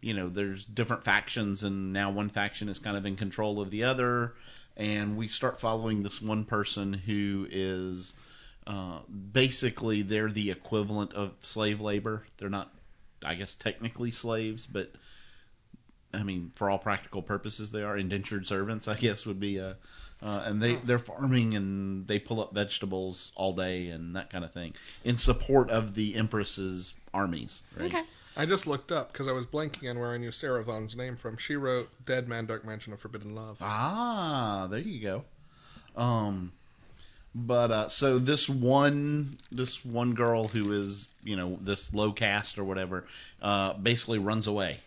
you know there's different factions and now one faction is kind of in control of the other and we start following this one person who is uh, basically they're the equivalent of slave labor they're not i guess technically slaves but I mean, for all practical purposes, they are indentured servants. I guess would be uh uh, and they they're farming and they pull up vegetables all day and that kind of thing in support of the empress's armies. Right? Okay. I just looked up because I was blanking on where I knew Sarah Vaughn's name from. She wrote Dead Man, Dark Mansion of Forbidden Love. Ah, there you go. Um, but uh, so this one, this one girl who is, you know, this low caste or whatever, uh, basically runs away,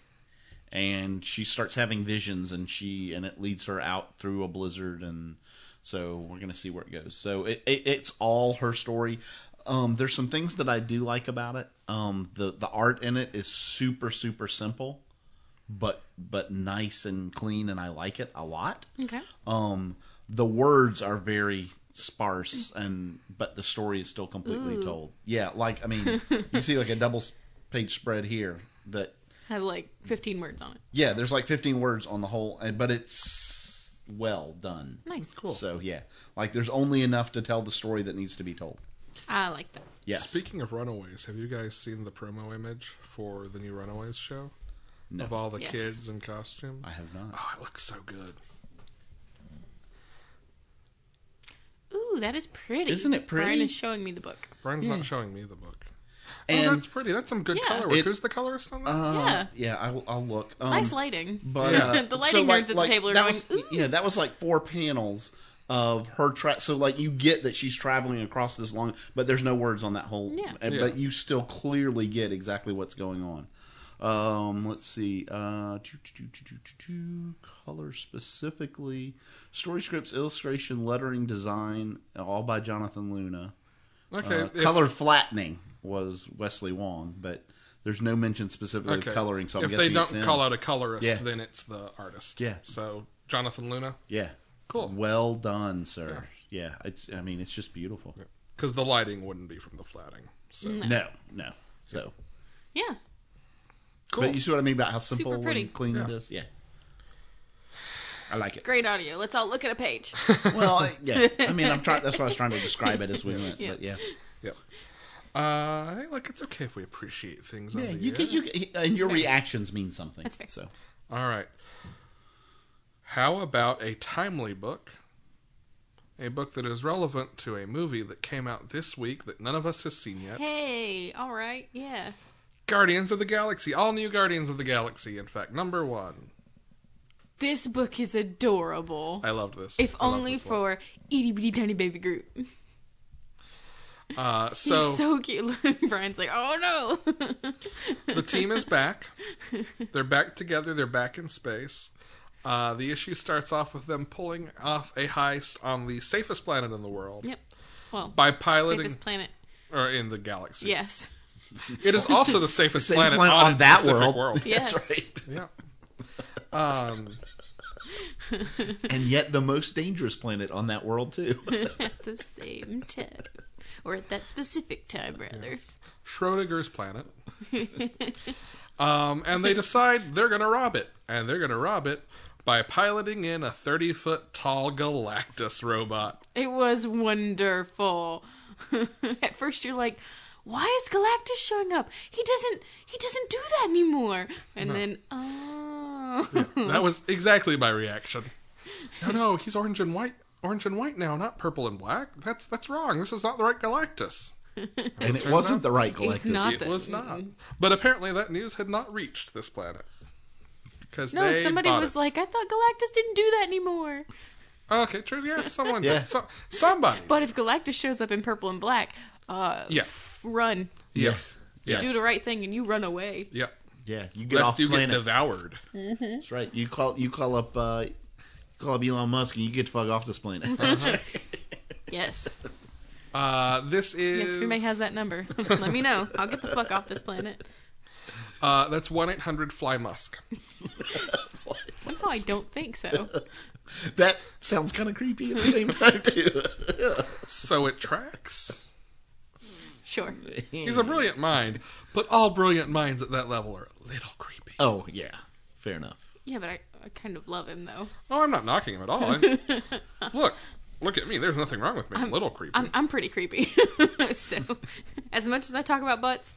and she starts having visions, and she and it leads her out through a blizzard, and so we're gonna see where it goes. So it, it it's all her story. Um, there's some things that I do like about it. Um, the the art in it is super super simple, but but nice and clean, and I like it a lot Okay. um the words are very sparse and but the story is still completely told. Yeah, like I mean, you see like a double s- page spread here that Has like 15 words on it. yeah, there's like 15 words on the whole and but it's well done. Nice. Cool. So yeah, like there's only enough to tell the story that needs to be told. I like that. Yes. Speaking of Runaways, have you guys seen the promo image for the new Runaways show? No. Of all the Yes. kids in costume? I have not. Oh, it looks so good. Ooh, that is pretty. Isn't it pretty? Brian is showing me the book. Brian's not showing me the book. oh, And that's pretty. That's some good Hmm. Yeah. color work. It- Who's the colorist on that? uh, Yeah. yeah, I will, I'll look. Um, Nice lighting. But Yeah. uh, The lighting nerds at the table are that going, was- "Ooh." yeah, that was like four panels of her tra- so like you get that she's traveling across this long but there's no words on that whole Yeah. and- Yeah. but you still clearly get exactly what's going on um let's see uh doo, doo, doo, doo, doo, doo, doo, color specifically story scripts illustration lettering design all by jonathan luna okay. uh, if- color flattening was wesley wong but there's no mention specifically okay. of coloring so i'm if guessing they don't it's him. call out a colorist, Yeah. then it's the artist. Yeah. So Jonathan Luna, Yeah. Cool. Well done, sir. Yeah. It's. I mean, it's just beautiful. because the lighting wouldn't be from the flatting. So Mm. No. No. So, Yeah. cool. but you see what I mean about how simple pretty. and clean it Yeah. is. Yeah. I like it. Great audio. Let's all look at a page. Well, I- yeah. I mean, I'm trying. That's what I was trying to describe it as we went. But yeah. Yep. Uh, I think like it's okay if we appreciate things. Yeah. over You the can. years. You can, and your reactions mean something. That's fair. So. All right. How about a timely book? A book that is relevant to a movie that came out this week that none of us has seen yet. hey, all right. Yeah. Guardians of the Galaxy. All new Guardians of the Galaxy, in fact. Number one. This book is adorable. I loved this. If I loved only this one. for itty bitty tiny baby Groot. He's Uh, so, so, cute. Brian's like, oh no. the team is back. They're back together. They're back in space. Uh, the issue starts off with them pulling off a heist on the safest planet in the world yep. Well, by piloting, safest planet. or in the galaxy. Yes. It is also the safest, Safest planet, planet on, on its that specific world. world. Yes. Yeah. Um, And yet, the most dangerous planet on that world too. At the same time. Or at that specific time, rather. Schrodinger's planet. um, and they decide they're going to rob it. And they're going to rob it by piloting in a 30 foot tall Galactus robot. It was wonderful. At first you're like, why is Galactus showing up? He doesn't he doesn't do that anymore. And then oh That was exactly my reaction. No, no, he's orange and white. Orange and white now, not purple and black. That's that's wrong. This is not the right Galactus. and it wasn't the right It's Galactus. not. It was not. Mm-hmm. But apparently, that news had not reached this planet. Because No, they somebody bought was it. like, I thought Galactus didn't do that anymore. Okay, true. Yeah, someone. Yeah. So, somebody. But if Galactus shows up in purple and black, uh Yeah. f- run. yes. Yes. Do the right thing and you run away. Yep. Yeah. You get off Lest you planet. get devoured. That's right. You call. You call up. uh Call up Elon Musk and you get to fuck off this planet. Yes. Uh, this is. Yes, Remake has that number. Let me know. I'll get the fuck off this planet. Uh, that's 1 800 Fly Musk. Somehow I don't think so. that sounds kind of creepy at the same time too. So it tracks. Sure. He's a Mm. brilliant mind, but all brilliant minds at that level are a little creepy. Oh yeah, fair enough. Yeah, but I, I kind of love him though. Oh, I'm not knocking him at all. I, look, look at me. There's nothing wrong with me. I'm a little creepy. I'm I'm pretty creepy. so, as much as I talk about butts,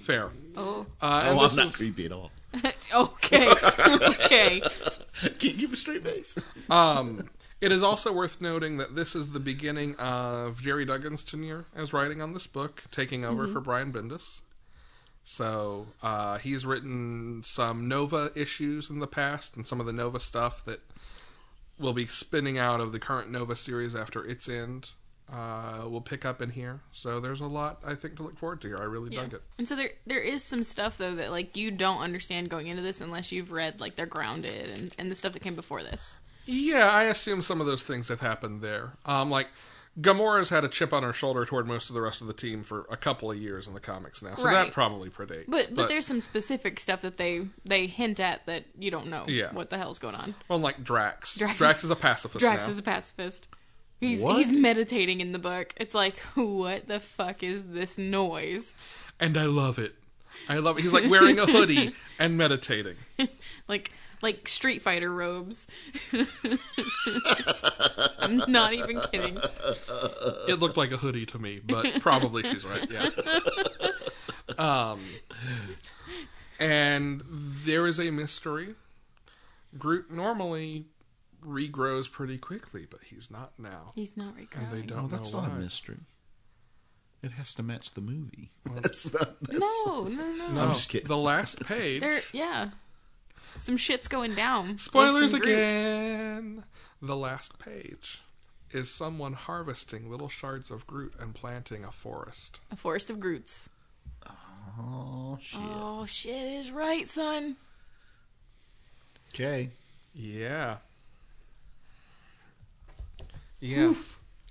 Fair. oh, Uh, and this is- creepy at all. okay, okay, Can't keep a straight face. Um, it is also worth noting that this is the beginning of Jerry Duggan's tenure as writing on this book, taking over for Brian Bendis. So uh, he's written some Nova issues in the past and some of the Nova stuff that will be spinning out of the current Nova series after its end. Uh, will pick up in here, so there's a lot I think to look forward to here. I really yeah. dug it. And so there there is some stuff though that like you don't understand going into this unless you've read like they're grounded and and the stuff that came before this. Yeah, I assume some of those things have happened there. Um, like Gamora's had a chip on her shoulder toward most of the rest of the team for a couple of years in the comics now, so that Right. probably predates. But, but there's some specific stuff that they they hint at that you don't know Yeah. what the hell's going on. unlike Drax, Drax, Drax is, is- a pacifist Drax now. is a pacifist. He's What? he's meditating in the book. It's like, what the fuck is this noise? and I love it. I love it. He's like wearing a hoodie and meditating. Like like Street Fighter robes. I'm not even kidding. It looked like a hoodie to me, but probably she's right. Yeah. Um, and there is a mystery. Groot normally regrows pretty quickly, but he's not now. He's not And they regrowing. don't No, Oh, that's know not why. a mystery. It has to match the movie. That's not. That's, No, no, no. No, I'm just kidding. The last page. There, yeah. Some shit's going down. With Spoilers some Groot. again. The last page is someone harvesting little shards of Groot and planting a forest. A forest of Groots. Oh shit. Oh shit is right, son. Okay. Yeah. Yeah.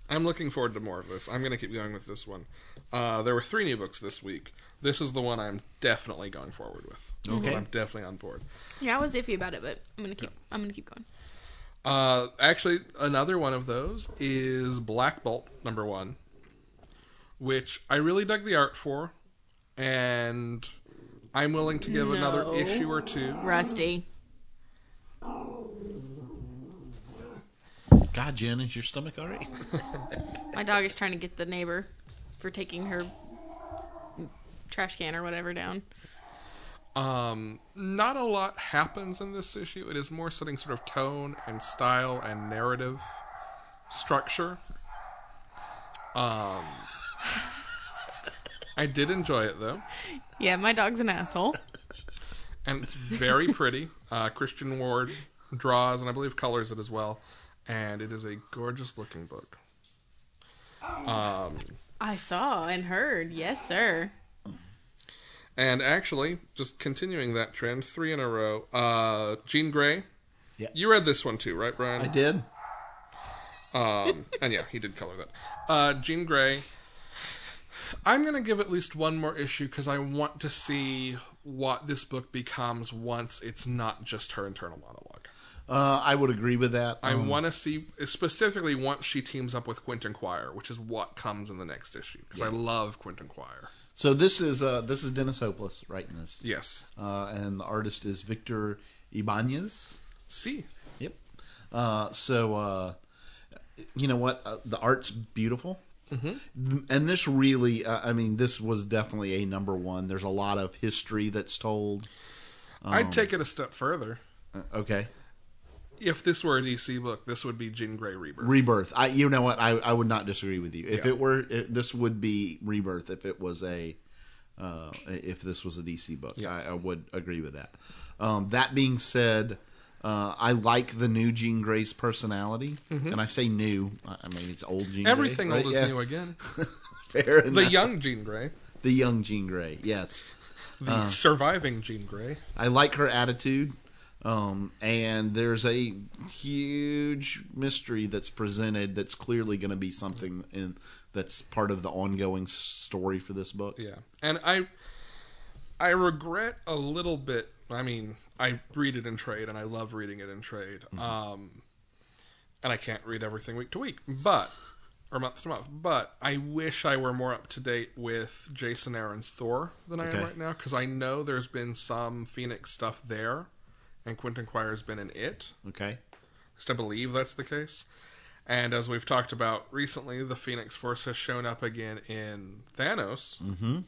I'm looking forward to more of this. I'm going to keep going with this one. Uh, there were three new books this week. This is the one I'm definitely going forward with. Okay. I'm definitely on board. Yeah, I was iffy about it, but I'm gonna keep. I'm gonna keep going. Uh, actually, another one of those is Black Bolt number one, which I really dug the art for, and I'm willing to give another No. issue or two. Rusty. God, Jen, is your stomach all right? My dog is trying to get the neighbor for taking her trash can or whatever down. Um, not a lot happens in this issue. It is more setting sort of tone and style and narrative structure. Um, I did enjoy it though. Yeah, my dog's an asshole. and it's very pretty. Uh, Christian Ward draws and I believe colors it as well, and it is a gorgeous looking book. Um, I saw and heard. Yes, sir. and actually, just continuing that trend, three in a row. Uh, Jean Grey, Yeah. you read this one too, right, I Brian? did. Um, and yeah, he did color that. Uh, Jean Grey. I'm gonna give at least one more issue because I want to see what this book becomes once it's not just her internal monologue. Uh, I would agree with that. I Um, want to see specifically once she teams up with Quentin Quire, which is what comes in the next issue because I love Quentin Quire. so this is uh, this is Dennis Hopeless writing this, Yes, uh, and the artist is Victor Ibanez. see, Yep. Uh, so, uh, you know what? Uh, the art's beautiful. Mm-hmm. And this really, uh, I mean, this was definitely a number one. There's a lot of history that's told. Um, I'd take it a step further. Uh, okay. If this were a DC book, this would be Jean Grey Rebirth. Rebirth. I, you know what? I, I would not disagree with you. If it were, it, this would be Rebirth if it was a, uh, if this was a DC book. I, I would agree with that. Um, that being said, uh, I like the new Jean Grey's personality, and I say new. I I mean, it's old Jean. Grey, Mm-hmm. Everything right? old is Yeah. new again. Fair The enough. young Jean Grey, the young Jean Grey. Yes, the Um, surviving Jean Grey. I like her attitude, um, and there's a huge mystery that's presented that's clearly going to be something in that's part of the ongoing s- story for this book. Yeah, and I, I regret a little bit. I mean, I read it in trade, and I love reading it in trade. Mm-hmm. Um, and I can't read everything week to week, but or month to month. But I wish I were more up to date with Jason Aaron's Thor than I Okay. am right now, because I know there's been some Phoenix stuff there, and Quentin Quire's been in it. Okay. At least I believe that's the case. And as we've talked about recently, the Phoenix Force has shown up again in Thanos. Mm-hmm.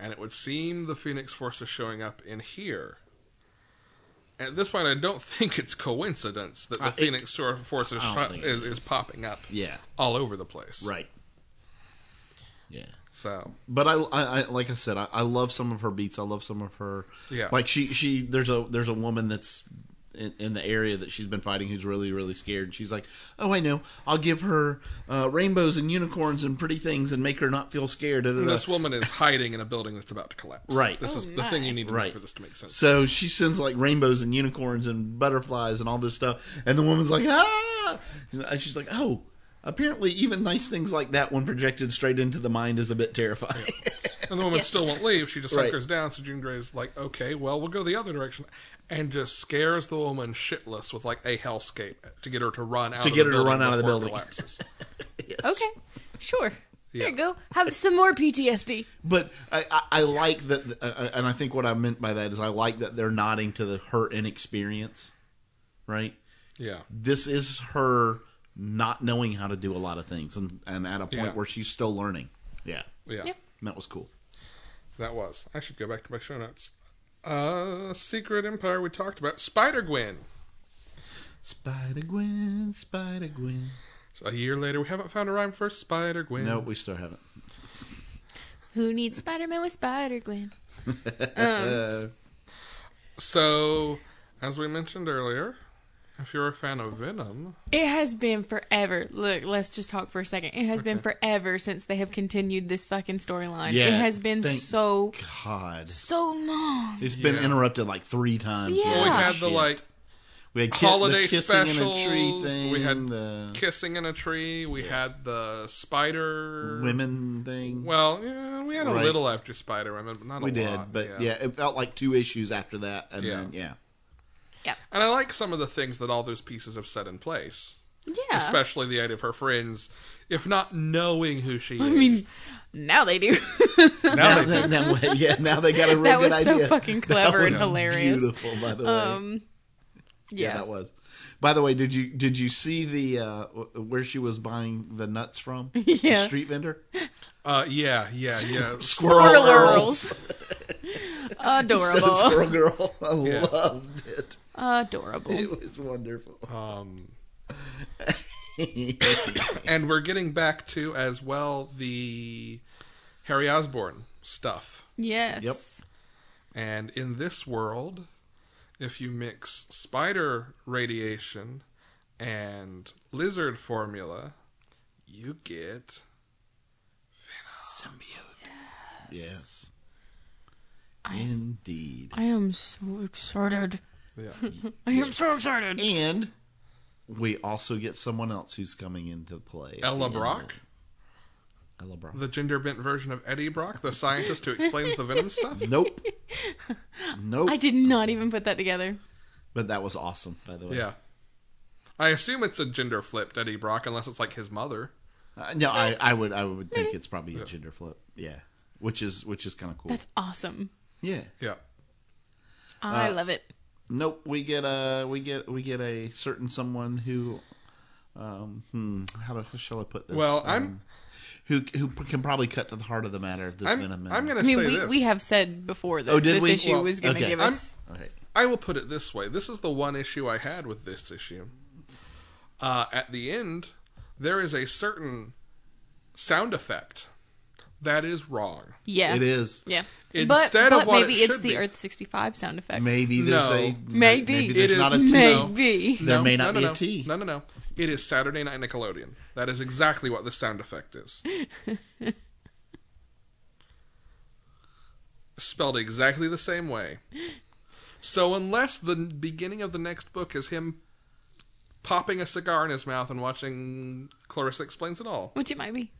And it would seem the Phoenix Force is showing up in here. At this point, I don't think it's coincidence that the Uh, it- Phoenix Sor- Force is, I don't shot- think it is, is popping up Yeah. all over the place. Right. Yeah. So, But I, I, I like I said, I, I love some of her beats. I love some of her. Yeah. Like she, she there's a there's a woman that's in, in the area that she's been fighting who's really really scared. She's like, oh, I know. I'll give her uh, rainbows and unicorns and pretty things and make her not feel scared. da, da, da." this woman is hiding in a building that's about to collapse. Right. This Oh, is the thing you my. need to know Right. for this to make sense. So she sends like rainbows and unicorns and butterflies and all this stuff, and the woman's like, ah, and she's like, oh, Apparently, even nice things like that, when projected straight into the mind, is a bit terrifying. And the woman Yes. still won't leave. She just Right. hunkers down. So June Gray's like, okay, well, we'll go the other direction. And just scares the woman shitless with like a hellscape to get her to run out To of get the her to building run out of the before it building. collapses. Okay, sure. Yeah. There you go. Have some more PTSD. But I, I, I like that, uh, and I think what I meant by that is I like that they're nodding to the her inexperience, right? yeah. This is her not knowing how to do a lot of things, and, and at a point Yeah. where she's still learning. Yeah, Yeah. Yep. that was cool. That was. I should go back to my show notes. Uh, Secret Empire we talked about. Spider Gwen. Spider Gwen, Spider Gwen. a year later, we haven't found a rhyme for Spider Gwen. No, we still haven't. Who needs Spider Man with Spider Gwen? So, as we mentioned earlier, if you're a fan of Venom, It has been forever. Look, let's just talk for a second. It has been forever since they have continued this fucking storyline. Yeah, it has been thank- so God, so long. it's been Yeah. interrupted like three times. Yeah. well, we Ah, had the Shit. like we had holiday the kissing specials. in a tree thing. we had the kissing in a tree. We had the spider women thing. Well, yeah, we had a Right. little after Spider Woman, but not we a did, lot. but yeah. it felt like two issues after that, and Yeah. then yeah, and I like some of the things that all those pieces have set in place, Yeah. especially the idea of her friends, if not knowing who she is. I mean, now they do. now they now, do. now- now- yeah, now they got a real That good was so idea. fucking That clever and was hilarious. Beautiful, by the way. um, yeah. yeah. that was. By the way, did you did you see the uh, w- where she was buying the nuts from? Yeah. the street vendor. Uh, yeah, yeah, yeah. Squirrel Girls. girls. The Adorable. squirrel girl. I Yeah. loved it. Adorable. It was wonderful. Um, and we're getting back to as well the Harry Osborn stuff. Yes. Yep. And in this world, if you mix spider radiation and lizard formula, you get Yes. Indeed. I am so excited. yeah. I am so excited. And we also get someone else who's coming into play. Ella Brock, Ella Brock. the gender bent version of Eddie Brock, the scientist who explains the venom stuff. Nope. nope. I did not even put that together. But that was awesome, by the way. Yeah. I assume it's a gender flipped Eddie Brock, unless it's like his mother. Uh, no, I, I would I would think it's probably a gender flip. Yeah. Which is which is kind of cool. That's awesome. yeah. Yeah. Uh, I love it. Nope. We get a we get we get a certain someone who, um, hmm, how, do, how shall I put this? Well, Um, I'm- who who can probably cut to the heart of the matter. This I'm, venom. I'm going I to say mean, we, this. we have said before that Oh, did this we? issue Well, was going to okay. give I'm- us. All right. I will put it this way. This is the one issue I had with this issue. Uh, at the end, there is a certain sound effect that is wrong. yeah. It is. Yeah. Instead but, of but what it maybe it's should the be. Earth 65 sound effect. Maybe there's No. a Maybe. It there's is not a T. Maybe. There may not be a no. T. No, no, no. It is Saturday Night Nickelodeon. That is exactly what the sound effect is. Spelled exactly the same way. So unless the n- beginning of the next book is him popping a cigar in his mouth and watching Clarissa explains it all, Which it might be.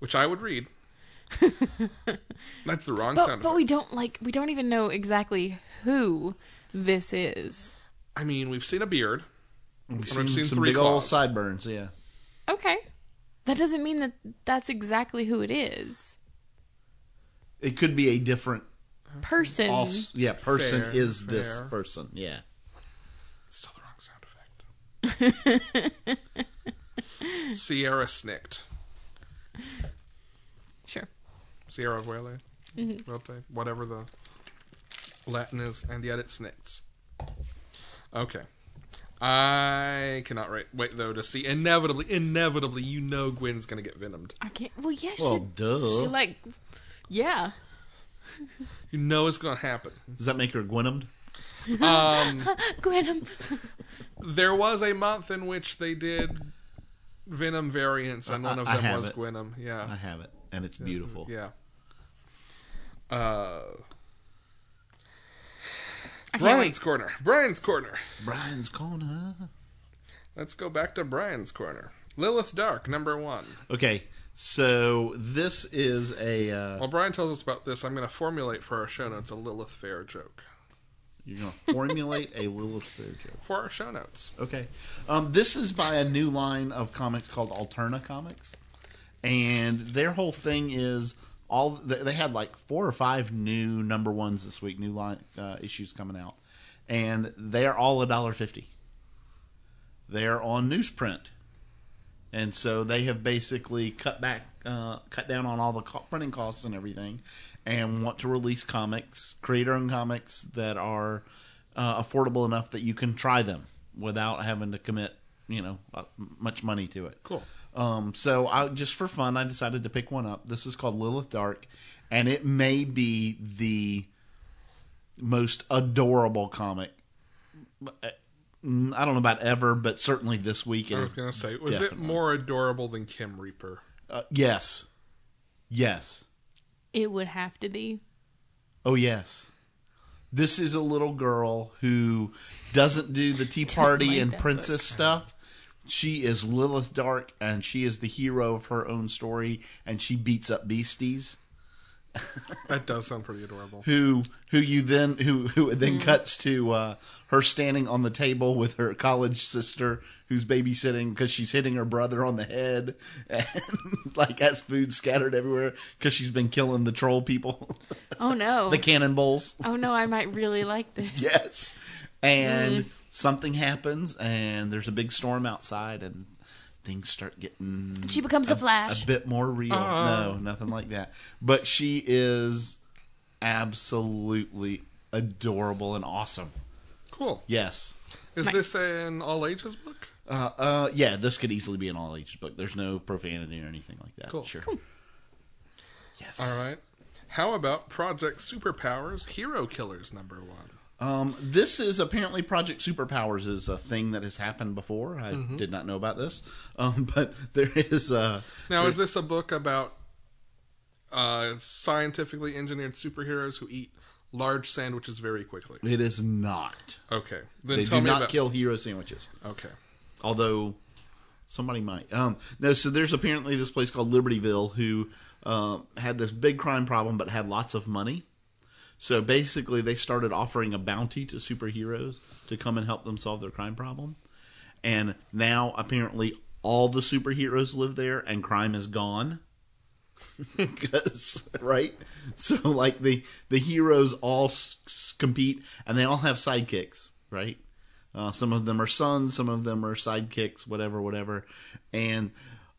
which I would read. That's the wrong But, sound but effect. we don't like we don't even know exactly who this is. I mean, we've seen a beard. We've I've seen some three big old claws. sideburns. Yeah. Okay. That doesn't mean that that's exactly who it is. It could be a different Person. all yeah person Fair, is this fair. person yeah It's still the wrong sound effect. Sierra snicked. Sure. Sierra Abuela. Volte, Whatever the Latin is, and yet it snicks. Okay. I cannot ra- wait, though, to see. Inevitably, inevitably, you know Gwen's going to get venomed. I can't. Well, yeah, she, well duh she like, yeah. You know it's going to happen. does that make her Gwynamed? Gwen, I'm- There was a month in which they did Venom variants, and I- one of I them have was it. Gwenem. Yeah. I have it and it's beautiful Yeah. Uh, I can't Brian's wait. corner. Brian's corner. Brian's corner Let's go back to Brian's corner. Lilith Dark, number one. Okay, so this is a. Uh, While Brian tells us about this, I'm going to formulate for our show notes a Lilith Fair joke. you're going to formulate a Lilith Fair joke. For our show notes. Okay. Um, this is by a new line of comics called Alterna Comics. And their whole thing is all they they had like four or five new number ones this week, new line uh, issues coming out, and they are all a dollar fifty. They are on newsprint, and so they have basically cut back, uh, cut down on all the co- printing costs and everything, and want to release comics, creator-owned comics that are uh, affordable enough that you can try them without having to commit, you know, uh, m- much money to it. Cool. Um, so I just for fun, I decided to pick one up. This is called Lilith Dark, and it may be the most adorable comic. Mm, I don't know about ever, but certainly this week it I is. was going to say, was Definitely. it more adorable than Kim Reaper? Uh, yes, yes, It would have to be. oh yes. This is a little girl who doesn't do the Tea Party like and that princess stuff. She is Lilith Dark, and she is the hero of her own story, and she beats up beasties. That does sound pretty adorable. who who you then who who it Mm-hmm. then cuts to uh, her standing on the table with her college sister who's babysitting because she's hitting her brother on the head and like has food scattered everywhere because she's been killing the troll people Oh no. the cannonballs oh no, I might really like this. yes Mm. and something happens and there's a big storm outside and things start getting She becomes a flash. a bit more real. Uh-huh. no, nothing like that. But she is absolutely adorable and awesome. Cool. Yes. Is Nice. this an all ages book? Uh, uh, yeah, this could easily be an all ages book. There's no profanity or anything like that. Cool. Sure. Yes. All right. How about Project Superpowers Hero Killers number one? Um, this is apparently Project Superpowers is a thing that has happened before. I Mm-hmm. did not know about this. Um, but there is uh Now, is this a book about uh, scientifically engineered superheroes who eat large sandwiches very quickly? it is not. Okay. Then They tell do me not about. kill hero sandwiches. okay. although somebody might. Um, no, so there's apparently this place called Libertyville who uh, had this big crime problem but had lots of money. So basically, they started offering a bounty to superheroes to come and help them solve their crime problem. And now, apparently, all the superheroes live there and crime is gone. 'Cause- right? So, like, the, the heroes all s- s- compete and they all have sidekicks, right? Uh, some of them are sons, some of them are sidekicks, whatever, whatever. And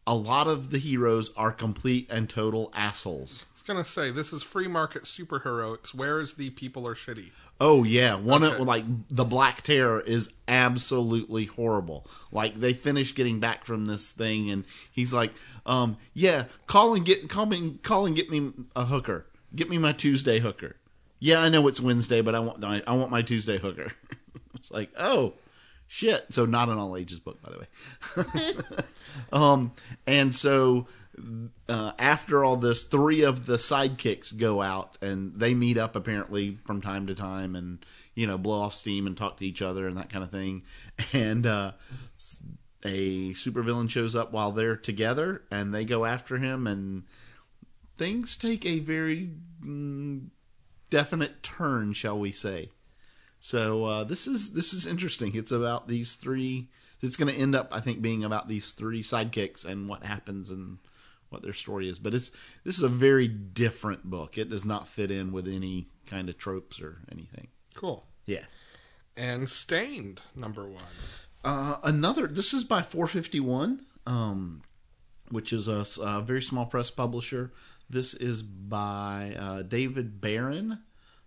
a lot of the heroes are complete and total assholes. I was going to say, this is free market superheroics. Where is the people are shitty? Oh yeah, one Okay. of like the Black Terror is absolutely horrible. Like they finish getting back from this thing, and he's like, um, "Yeah, call and get call me call and get me a hooker. Get me my Tuesday hooker. Yeah, I know it's Wednesday, but I want I, I want my Tuesday hooker." it's like, oh shit. So not an all ages book, by the way. Um, and so uh, after all this, three of the sidekicks go out and they meet up apparently from time to time and, you know, blow off steam and talk to each other and that kind of thing. And uh, a supervillain shows up while they're together and they go after him and things take a very mm, definite turn, shall we say. So uh, this is this is interesting. It's about these three. It's going to end up, I think, being about these three sidekicks and what happens and what their story is. But it's this is a very different book. It does not fit in with any kind of tropes or anything. Cool. Yeah. And Stained number one. Uh, another. This is by 451, um, which is a, s- a very small press publisher. This is by uh, David Barron,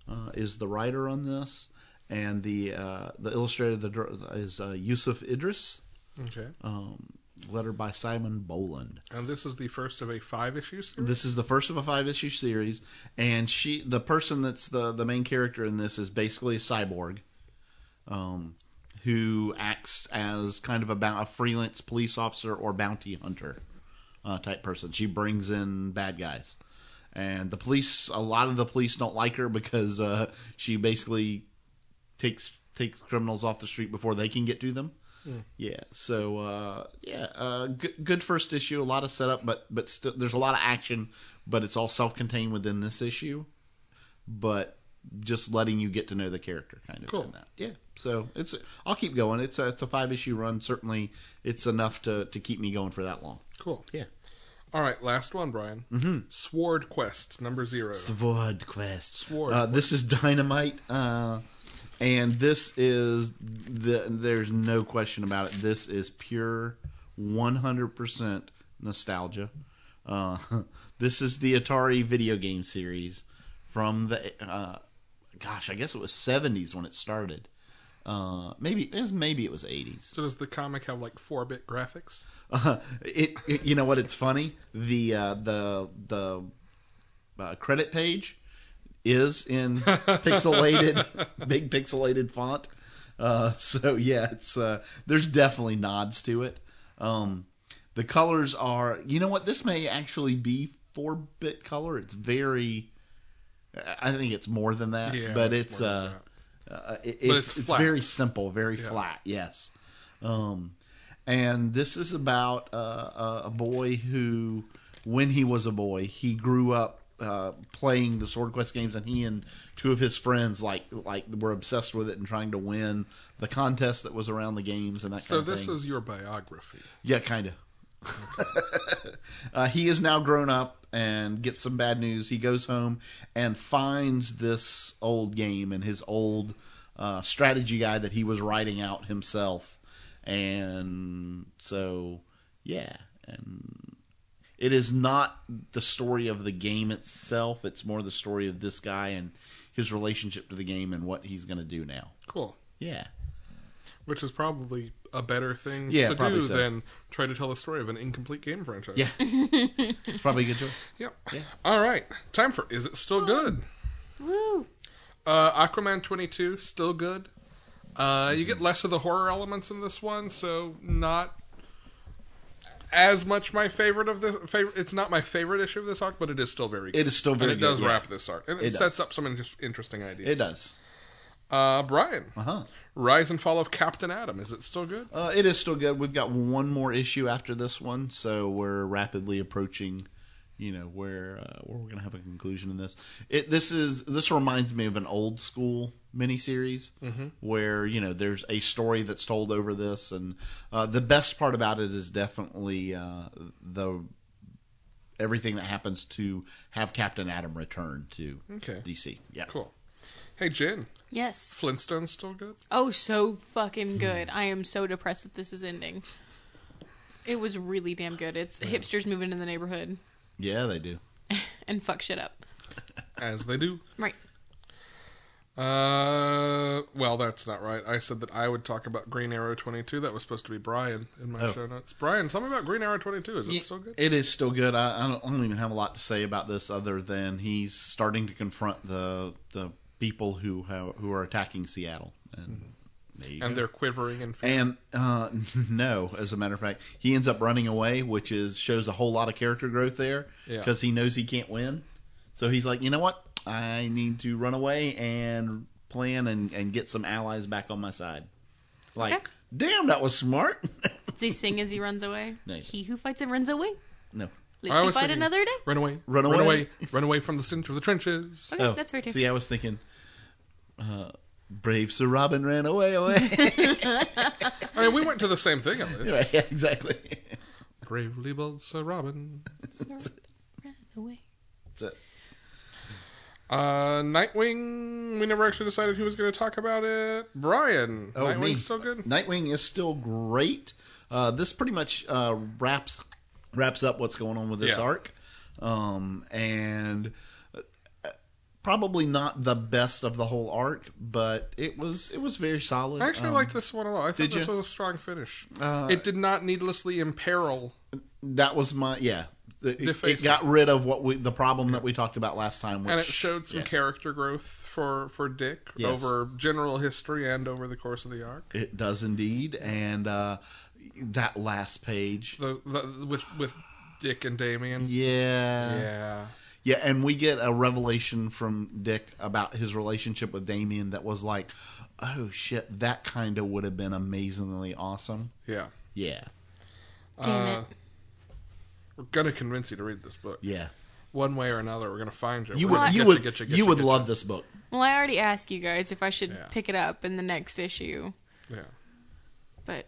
uh, is the writer on this, and the uh, the illustrator the, dir- is uh, Yusuf Idris, Okay. um, letter by Simon Boland. And this is the first of a five issue series? This is the first of a five issue series, and she the person that's the the main character in this is basically a cyborg, um, who acts as kind of a, bou- a freelance police officer or bounty hunter uh, type person. She brings in bad guys, and the police a lot of the police don't like her because uh, she basically takes takes criminals off the street before they can get to them. Yeah. So uh, yeah, uh, good, good first issue. A lot of setup, but but still, there's a lot of action, but it's all self-contained within this issue. But just letting you get to know the character, kind of. Cool. in that. Yeah. So it's I'll keep going. It's a it's a five issue run. Certainly, it's enough to to keep me going for that long. Cool. Yeah. All right, last one, Brian. Mm-hmm. Sword Quest number zero. Sword Quest. Sword Uh, this is Dynamite, uh, and this is the. There's no question about it. This is pure, 100% nostalgia. Uh, this is the Atari video game series from the. Uh, gosh, I guess it was 70s when it started. Uh, maybe it was, maybe it was 80s. So does the comic have like four bit graphics? Uh, it, it- you know what? It's funny. The uh, the the uh, credit page is in pixelated, big pixelated font. Uh, so yeah, it's uh, there's definitely nods to it. Um, the colors are. You know what? This may actually be four bit color. It's very. I- I think it's more than that, Yeah, but it's it's, more than uh, that. uh, it, it's, it's it's flat. very simple, very flat. Yes, um, and this is about uh, a- a boy who, when he was a boy, he grew up uh, playing the Sword Quest games, and he and two of his friends like like were obsessed with it and trying to win the contest that was around the games and that. So kind of this thing. is your biography. Yeah, kind of. uh, he is now grown up and gets some bad news. He goes home and finds this old game and his old uh, strategy guide that he was writing out himself. And so, yeah. And it is not the story of the game itself, it's more the story of this guy and his relationship to the game and what he's going to do now. Cool. Yeah. Which is probably a better thing Yeah, to do probably so. than try to tell the story of an incomplete game franchise. Yeah. It's probably a good choice. Yep. All right. Time for Is It Still Good? Woo. Uh, Aquaman 22, still good. Uh, you Mm-hmm. get less of the horror elements in this one, so not as much my favorite of the favorite. It's not my favorite issue of this arc, but it is still very good. It is still very and it does good, yeah. wrap this arc, and it, It does. sets up some inter- interesting ideas. It does. Uh, Brian, Uh huh. Rise and Fall of Captain Atom. Is it still good? Uh, it is still good. We've got one more issue after this one, so we're rapidly approaching, you know, where uh, where we're gonna have a conclusion in this. It this is this reminds me of an old school miniseries Mm-hmm. where you know there's a story that's told over this, and uh, the best part about it is definitely uh, the everything that happens to have Captain Atom return to Okay. DC. Yeah, Cool. Hey, Jen, Yes. Flintstone's still good. Oh, so fucking good. I am so depressed that this is ending. It was really damn good. It's hipsters moving in the neighborhood yeah, they do. and fuck shit up. As they do. Right. Uh, well, that's not right. I said that I would talk about Green Arrow 22. That was supposed to be Brian in my Oh. show notes. Brian, tell me about Green Arrow 22. Is it still good? It is still good. I, I, don't, I don't even have a lot to say about this other than he's starting to confront the the people who have, who are attacking Seattle, and there you Mm-hmm. And go. they're quivering and fear. And uh, no, as a matter of fact, he ends up running away, which is shows a whole lot of character growth there Yeah. because he knows he can't win. So he's like, you know what? I need to run away and plan and, and get some allies back on my side. Like, Okay. damn, that was smart. Does he sing as he runs away? Nice. He who fights and runs away no. lives I to was fight thinking- another day. Run away. Run Run away. away. Run away from the stench of the trenches. Okay, that's fair too. Oh, See, I was thinking, uh, brave Sir Robin ran away, away. I mean, we went to the same thing at least. yeah, exactly. Bravely bold Sir Robin. Run away. So, Uh, Nightwing. We never actually decided who was going to talk about it. Brian. oh, Nightwing's me. still good? Nightwing is still great. Uh, this pretty much uh, wraps wraps up what's going on with this Yeah. arc, um, and uh, probably not the best of the whole arc, but it was it was very solid. I actually Um, liked this one a lot. I thought did this you? Uh, was a strong finish. it did not needlessly imperil that. Was my yeah. The- it, face- it got rid of what we the problem that we talked about last time, which, and it showed some yeah. character growth for for Dick Yes. over general history and over the course of the arc. It does indeed, and uh, that last page. The, the with with Dick and Damien. Yeah. Yeah. Yeah, and we get a revelation from Dick about his relationship with Damien that was like, oh shit, that kind of would have been amazingly awesome. Yeah. Yeah. Damn Uh, We're gonna convince you to read this book. Yeah. One way or another, we're gonna find you. You We're would gonna you getcha, would getcha, you getcha, would getcha. love this book. it. Well, I already asked you guys if I should Yeah. pick it up in the next issue, Yeah. but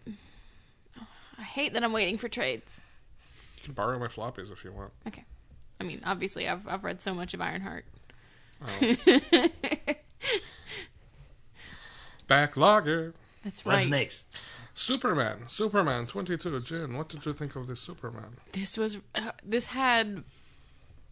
I hate that I'm waiting for trades. You can borrow my floppies if you want. Okay. I mean, obviously, I've I've read so much of Ironheart. Backlogger. That's What's right. next? Superman. Superman 22. Jen, what did you think of this Superman? This was uh, this had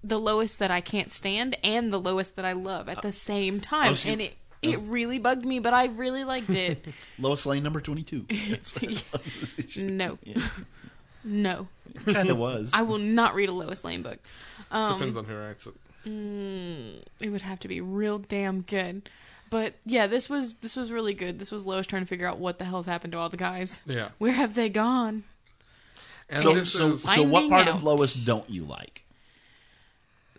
the lowest that I can't stand and the lowest that I love at the same time, see- and it it really bugged me, but I really liked it. Lois Lane number twenty two. That's what it was this issue. no, no, Kinda was. I will not read a Lois Lane book. Depends on who writes it. it would have to be real damn good. But yeah, this was this was really good. This was Lois trying to figure out what the hell's happened to all the guys. Yeah. Where have they gone? And so this so, is so what Finding part out. of Lois don't you like?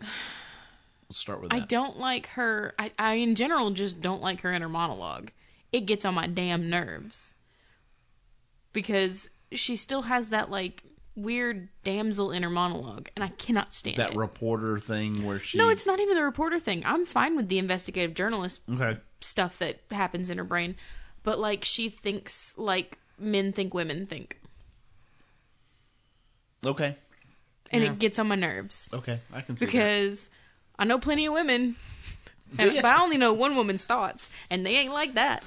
Let's start with that. I don't like her. I, I in general just don't like her inner monologue. It gets on my damn nerves because she still has that like weird damsel inner monologue, and I cannot stand that it. reporter thing where she no, it's not even the reporter thing. I'm fine with the investigative journalist Okay. stuff that happens in her brain, but like she thinks like men think women think, Okay. and it gets on my nerves Okay. I can see that. because I know plenty of women, and, ya? but I only know one woman's thoughts, and they ain't like that.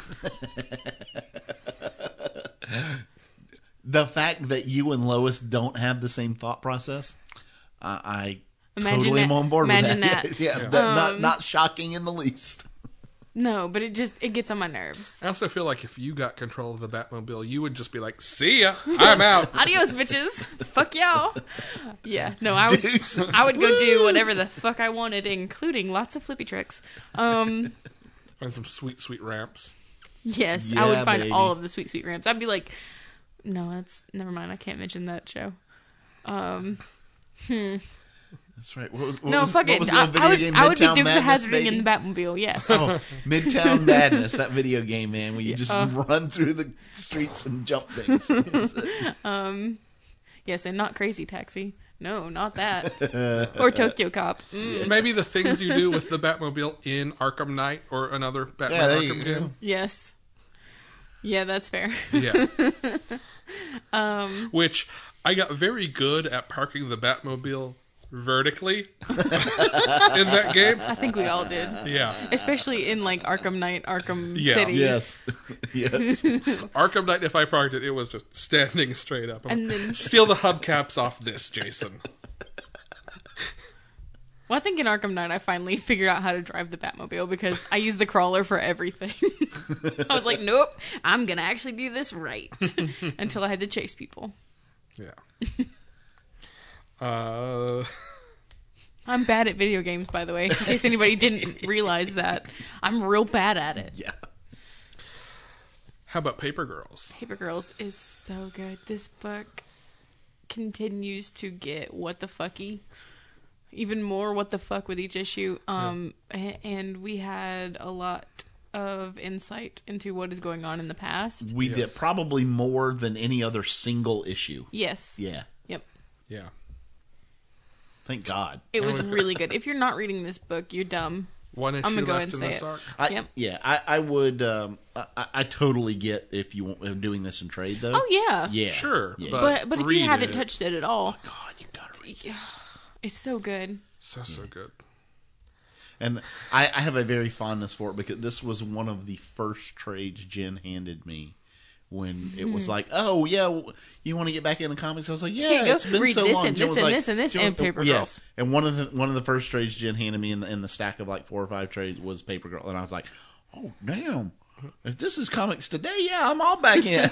the fact that you and Lois don't have the same thought process, uh, I Imagine totally am that- on board imagine with that. that. Um, yeah, that- not not shocking in the least. No, but it just it gets on my nerves. I also feel like if you got control of the Batmobile, you would just be like, "See ya, I'm out." Adios, bitches. fuck y'all. Yeah, no, I would Deuces. I would go do whatever the fuck I wanted, including lots of flippy tricks. Um, Find some sweet, sweet ramps. yes, I Yeah, would find baby. all of the sweet sweet ramps. I'd be like, no, that's never mind. I can't mention that show. Um, That's right. What was, what no, was, fuck what it. was the I, old video I would game, I would be Midtown Dukes of Madness, Hazzarding baby? in the Batmobile. Yes. Oh, Midtown Madness, that video game, man, where you just Oh. run through the streets and jump things. That's it. Yes, and not Crazy Taxi. No, not that. or Tokyo Cop. Mm, Maybe the things you do with the Batmobile in Arkham Knight or another Batman Yeah, there you Arkham game. yes. Yeah, that's fair. Yeah. um, Which I got very good at parking the Batmobile vertically in that game. I think we all did. Yeah. Especially in like Arkham Knight, Arkham Yeah. City. Yes, yes. Arkham Knight, if I parked it, it was just standing straight up. I'm And like, then- Steal the hubcaps off this, Jason. Well, I think in Arkham Knight, I finally figured out how to drive the Batmobile because I use the crawler for everything. I was like, nope, I'm going to actually do this right until I had to chase people. Yeah. Uh, I'm bad at video games, by the way, in case anybody didn't realize that. I'm real bad at it. Yeah. how about Paper Girls? Paper Girls is so good. This book continues to get what the fucky, even more what the fuck with each issue. Um, a- and we had a lot of insight into what is going on in the past. We did probably more than any other single issue. Yes. Yeah. Yep. Yeah. Thank God. It was really good. If you're not reading this book, you're dumb. One issue I'm gonna go left in ahead and say this it. arc. I, Yep. Yeah, I, I would. Um, I, I- I totally get if you want if doing this in trade though. Oh yeah. yeah, Sure, Yeah. But but if read you haven't it. touched it at all, God, you gotta read. yeah, it's so good. so so good. And I, I have a very fondness for it because this was one of the first trades Jen handed me when it was like, oh yeah, w- you want to get back into comics? I was like, Hmm. you yeah, go. it's been Read so this long. and Jen this was and like, this and this "Do you and want the-" Paper Yeah. Girls. And one of the one of the first trades Jen handed me in the in the stack of like four or five trades was Paper Girl, and I was like, oh damn. If this is comics today, yeah, I'm all back in.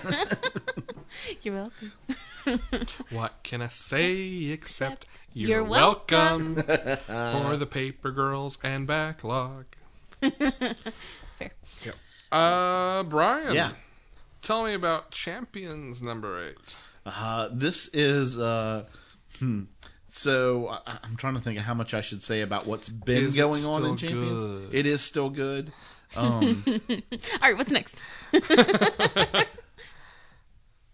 You're welcome. What can I say except you're, you're welcome, for the Paper Girls and Backlog. Fair. Yep. Uh, Brian. yeah. Tell me about Champions number eight. Uh, this is uh, hmm, So I, I'm trying to think of how much I should say about what's been Is it going on in still Champions. good? It is still good. Um, All right, what's next?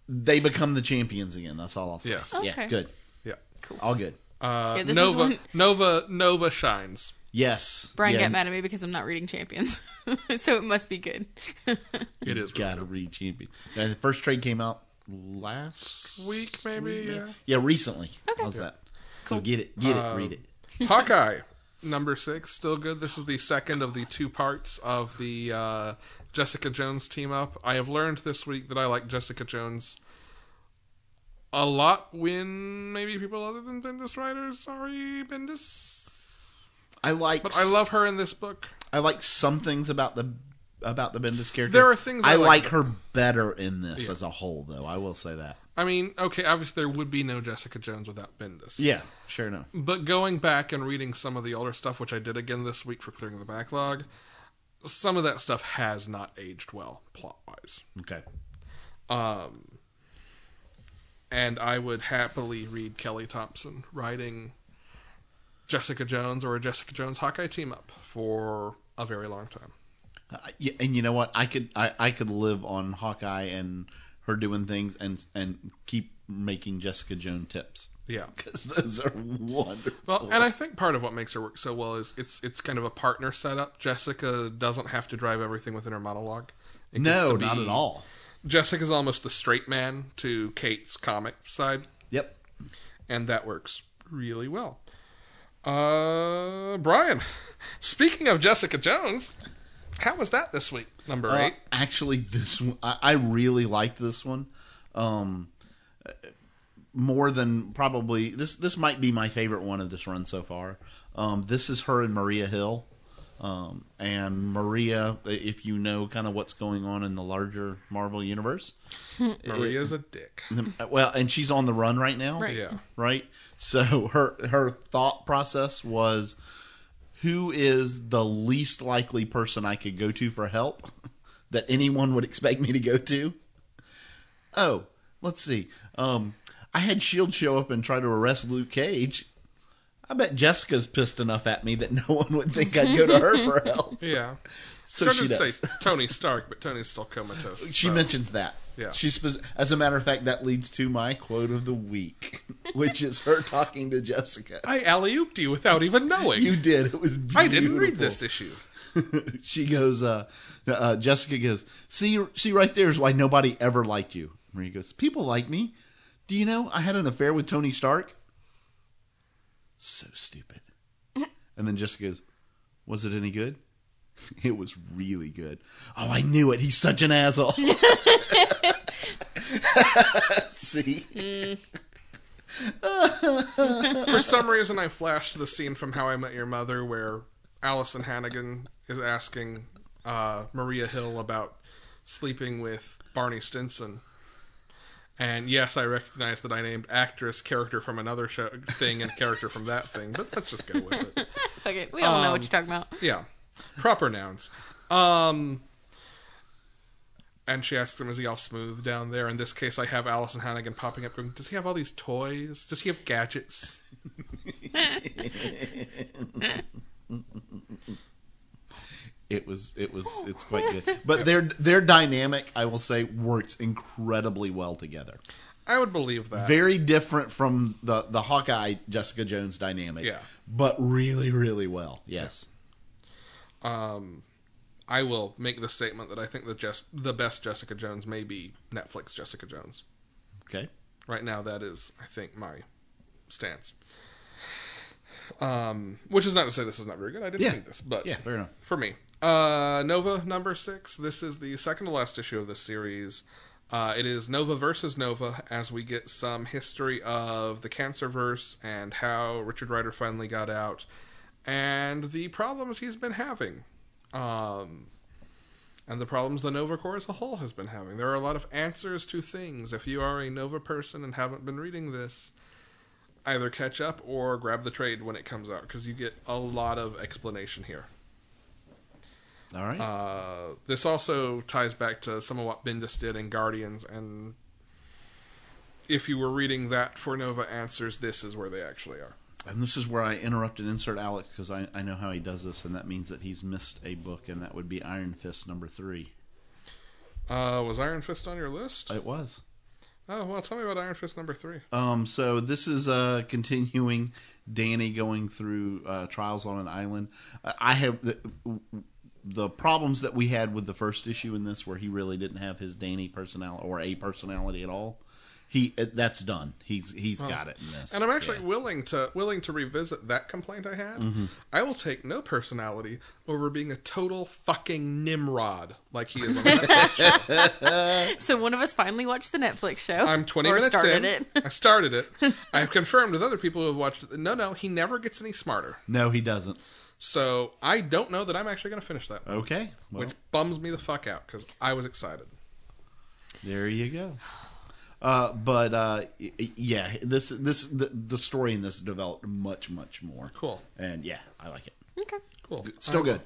they become the champions again. That's all I'll say. Yes. Yeah. Okay. Good. Yeah. All good. Uh, Yeah, this is Nova one- Nova Nova shines. Yes. Brian yeah, got mad at me because I'm not reading Champions, so it must be good. It is Gotta read champion. And the first trade came out last week maybe. Yeah. Yeah, recently. How's that? So get it, get it, Uh, read it. Hawkeye number six still good. This is the second of the two parts of the uh, Jessica Jones team up. I have learned this week that I like Jessica Jones a lot when maybe people other than Bendis writers. Sorry, Bendis. I like, But I love her in this book. I like some things about the about the Bendis character. There are things I I like like her better in this as a whole, though. I will say that. I mean, okay, obviously there would be no Jessica Jones without Bendis. Yeah, sure enough. But going back and reading some of the older stuff, which I did again this week for clearing the backlog, some of that stuff has not aged well plot wise. Okay. Um, and I would happily read Kelly Thompson writing Jessica Jones or a Jessica Jones Hawkeye team up for a very long time. Uh, yeah, and you know what? I could I, I could live on Hawkeye and her doing things and and keep making Jessica Jones tips Yeah. because those are wonderful. Well, and I think part of what makes her work so well is it's it's kind of a partner setup. Jessica doesn't have to drive everything within her monologue. It gets no, to not be- at all. Jessica's almost the straight man to Kate's comic side, Yep. and that works really well. Uh, Brian, speaking of Jessica Jones, how was that this week? Number Uh, eight. actually, this one I, I really liked this one. Um, uh, more than probably this. This might be my favorite one of this run so far. Um, this is her and Maria Hill. Um, and Maria, if you know kind of what's going on in the larger Marvel universe, Maria's a dick. Uh, well, and she's on the run right now, Right. Yeah. right? So her her thought process was who is the least likely person I could go to for help that anyone would expect me to go to? Oh, let's see. Um I had Shield show up and try to arrest Luke Cage. I bet Jessica's pissed enough at me that no one would think I'd go to her for help. Yeah. So Started she to does. say Tony Stark, but Tony's still comatose. She so- mentions that. Yeah. She spec- as a matter of fact, that leads to my quote of the week, which is her talking to Jessica. I alley ooped you without even knowing. You did. It was. Beautiful. I didn't read this issue. she goes. Uh, uh, Jessica goes. See, see, right there is why nobody ever liked you. Maria goes. People like me. Do you know I had an affair with Tony Stark? So stupid. and then Jessica goes. Was it any good? It was really good. Oh, I knew it. He's such an asshole. See, For some reason, I flashed the scene from How I Met Your Mother where Allison Hannigan is asking uh, Maria Hill about sleeping with Barney Stinson. And yes, I recognize that I named actress, character from another show thing, and character from that thing, but let's just go with it. Okay, we all know what you're Um, talking about. Yeah. Proper nouns. Um and she asks him, is he all smooth down there? In this case, I have Allison Hannigan popping up going, does he have all these toys? Does he have gadgets? it was it was it's quite good. But their their dynamic, I will say, works incredibly well together. I would believe that. Very different from the the Hawkeye Jessica Jones dynamic. Yeah. But really, really well. Yes. I will make the statement that I think the, Jess- the best Jessica Jones may be Netflix Jessica Jones. Okay. Right now, that is, I think, my stance. Um, which is not to say this is not very good. I didn't Yeah. read this, but Yeah, fair enough. for me. Uh, Nova number six. This is the second to last issue of this series. Uh, it is Nova versus Nova as we get some history of the Cancerverse and how Richard Rider finally got out and the problems he's been having. Um, and the problems the Nova Corps as a whole has been having. There are a lot of answers to things. If you are a Nova person and haven't been reading this, either catch up or grab the trade when it comes out because you get a lot of explanation here. All right. Uh, this also ties back to some of what Bendis did in Guardians and if you were reading that for Nova Answers, this is where they actually are. And this is where I interrupt and insert Alex because I, I know how he does this, and that means that he's missed a book, and that would be Iron Fist number three. Uh, was Iron Fist on your list? It was. Oh, well, tell me about Iron Fist number three. Um, so this is uh, continuing Danny going through uh, trials on an island. I- I have the, the problems that we had with the first issue in this, where he really didn't have his Danny personality or a personality at all. He uh, that's done. He's he's got it in this. And I'm actually Yeah. willing to willing to revisit that complaint I had. I will take no personality over being a total fucking nimrod like he is. On that show. So one of us finally watched the Netflix show. I'm 20 or minutes started in. it. I started it. I've confirmed with other people who have watched it. that No, no, he never gets any smarter. no, he doesn't. So I don't know that I'm actually going to finish that, Okay, well which bums me the fuck out because I was excited. There you go. Uh, but uh, y- y- yeah, this this the, the story in this developed much much more. Cool. And yeah, I like it. Okay. Cool. Still I- good.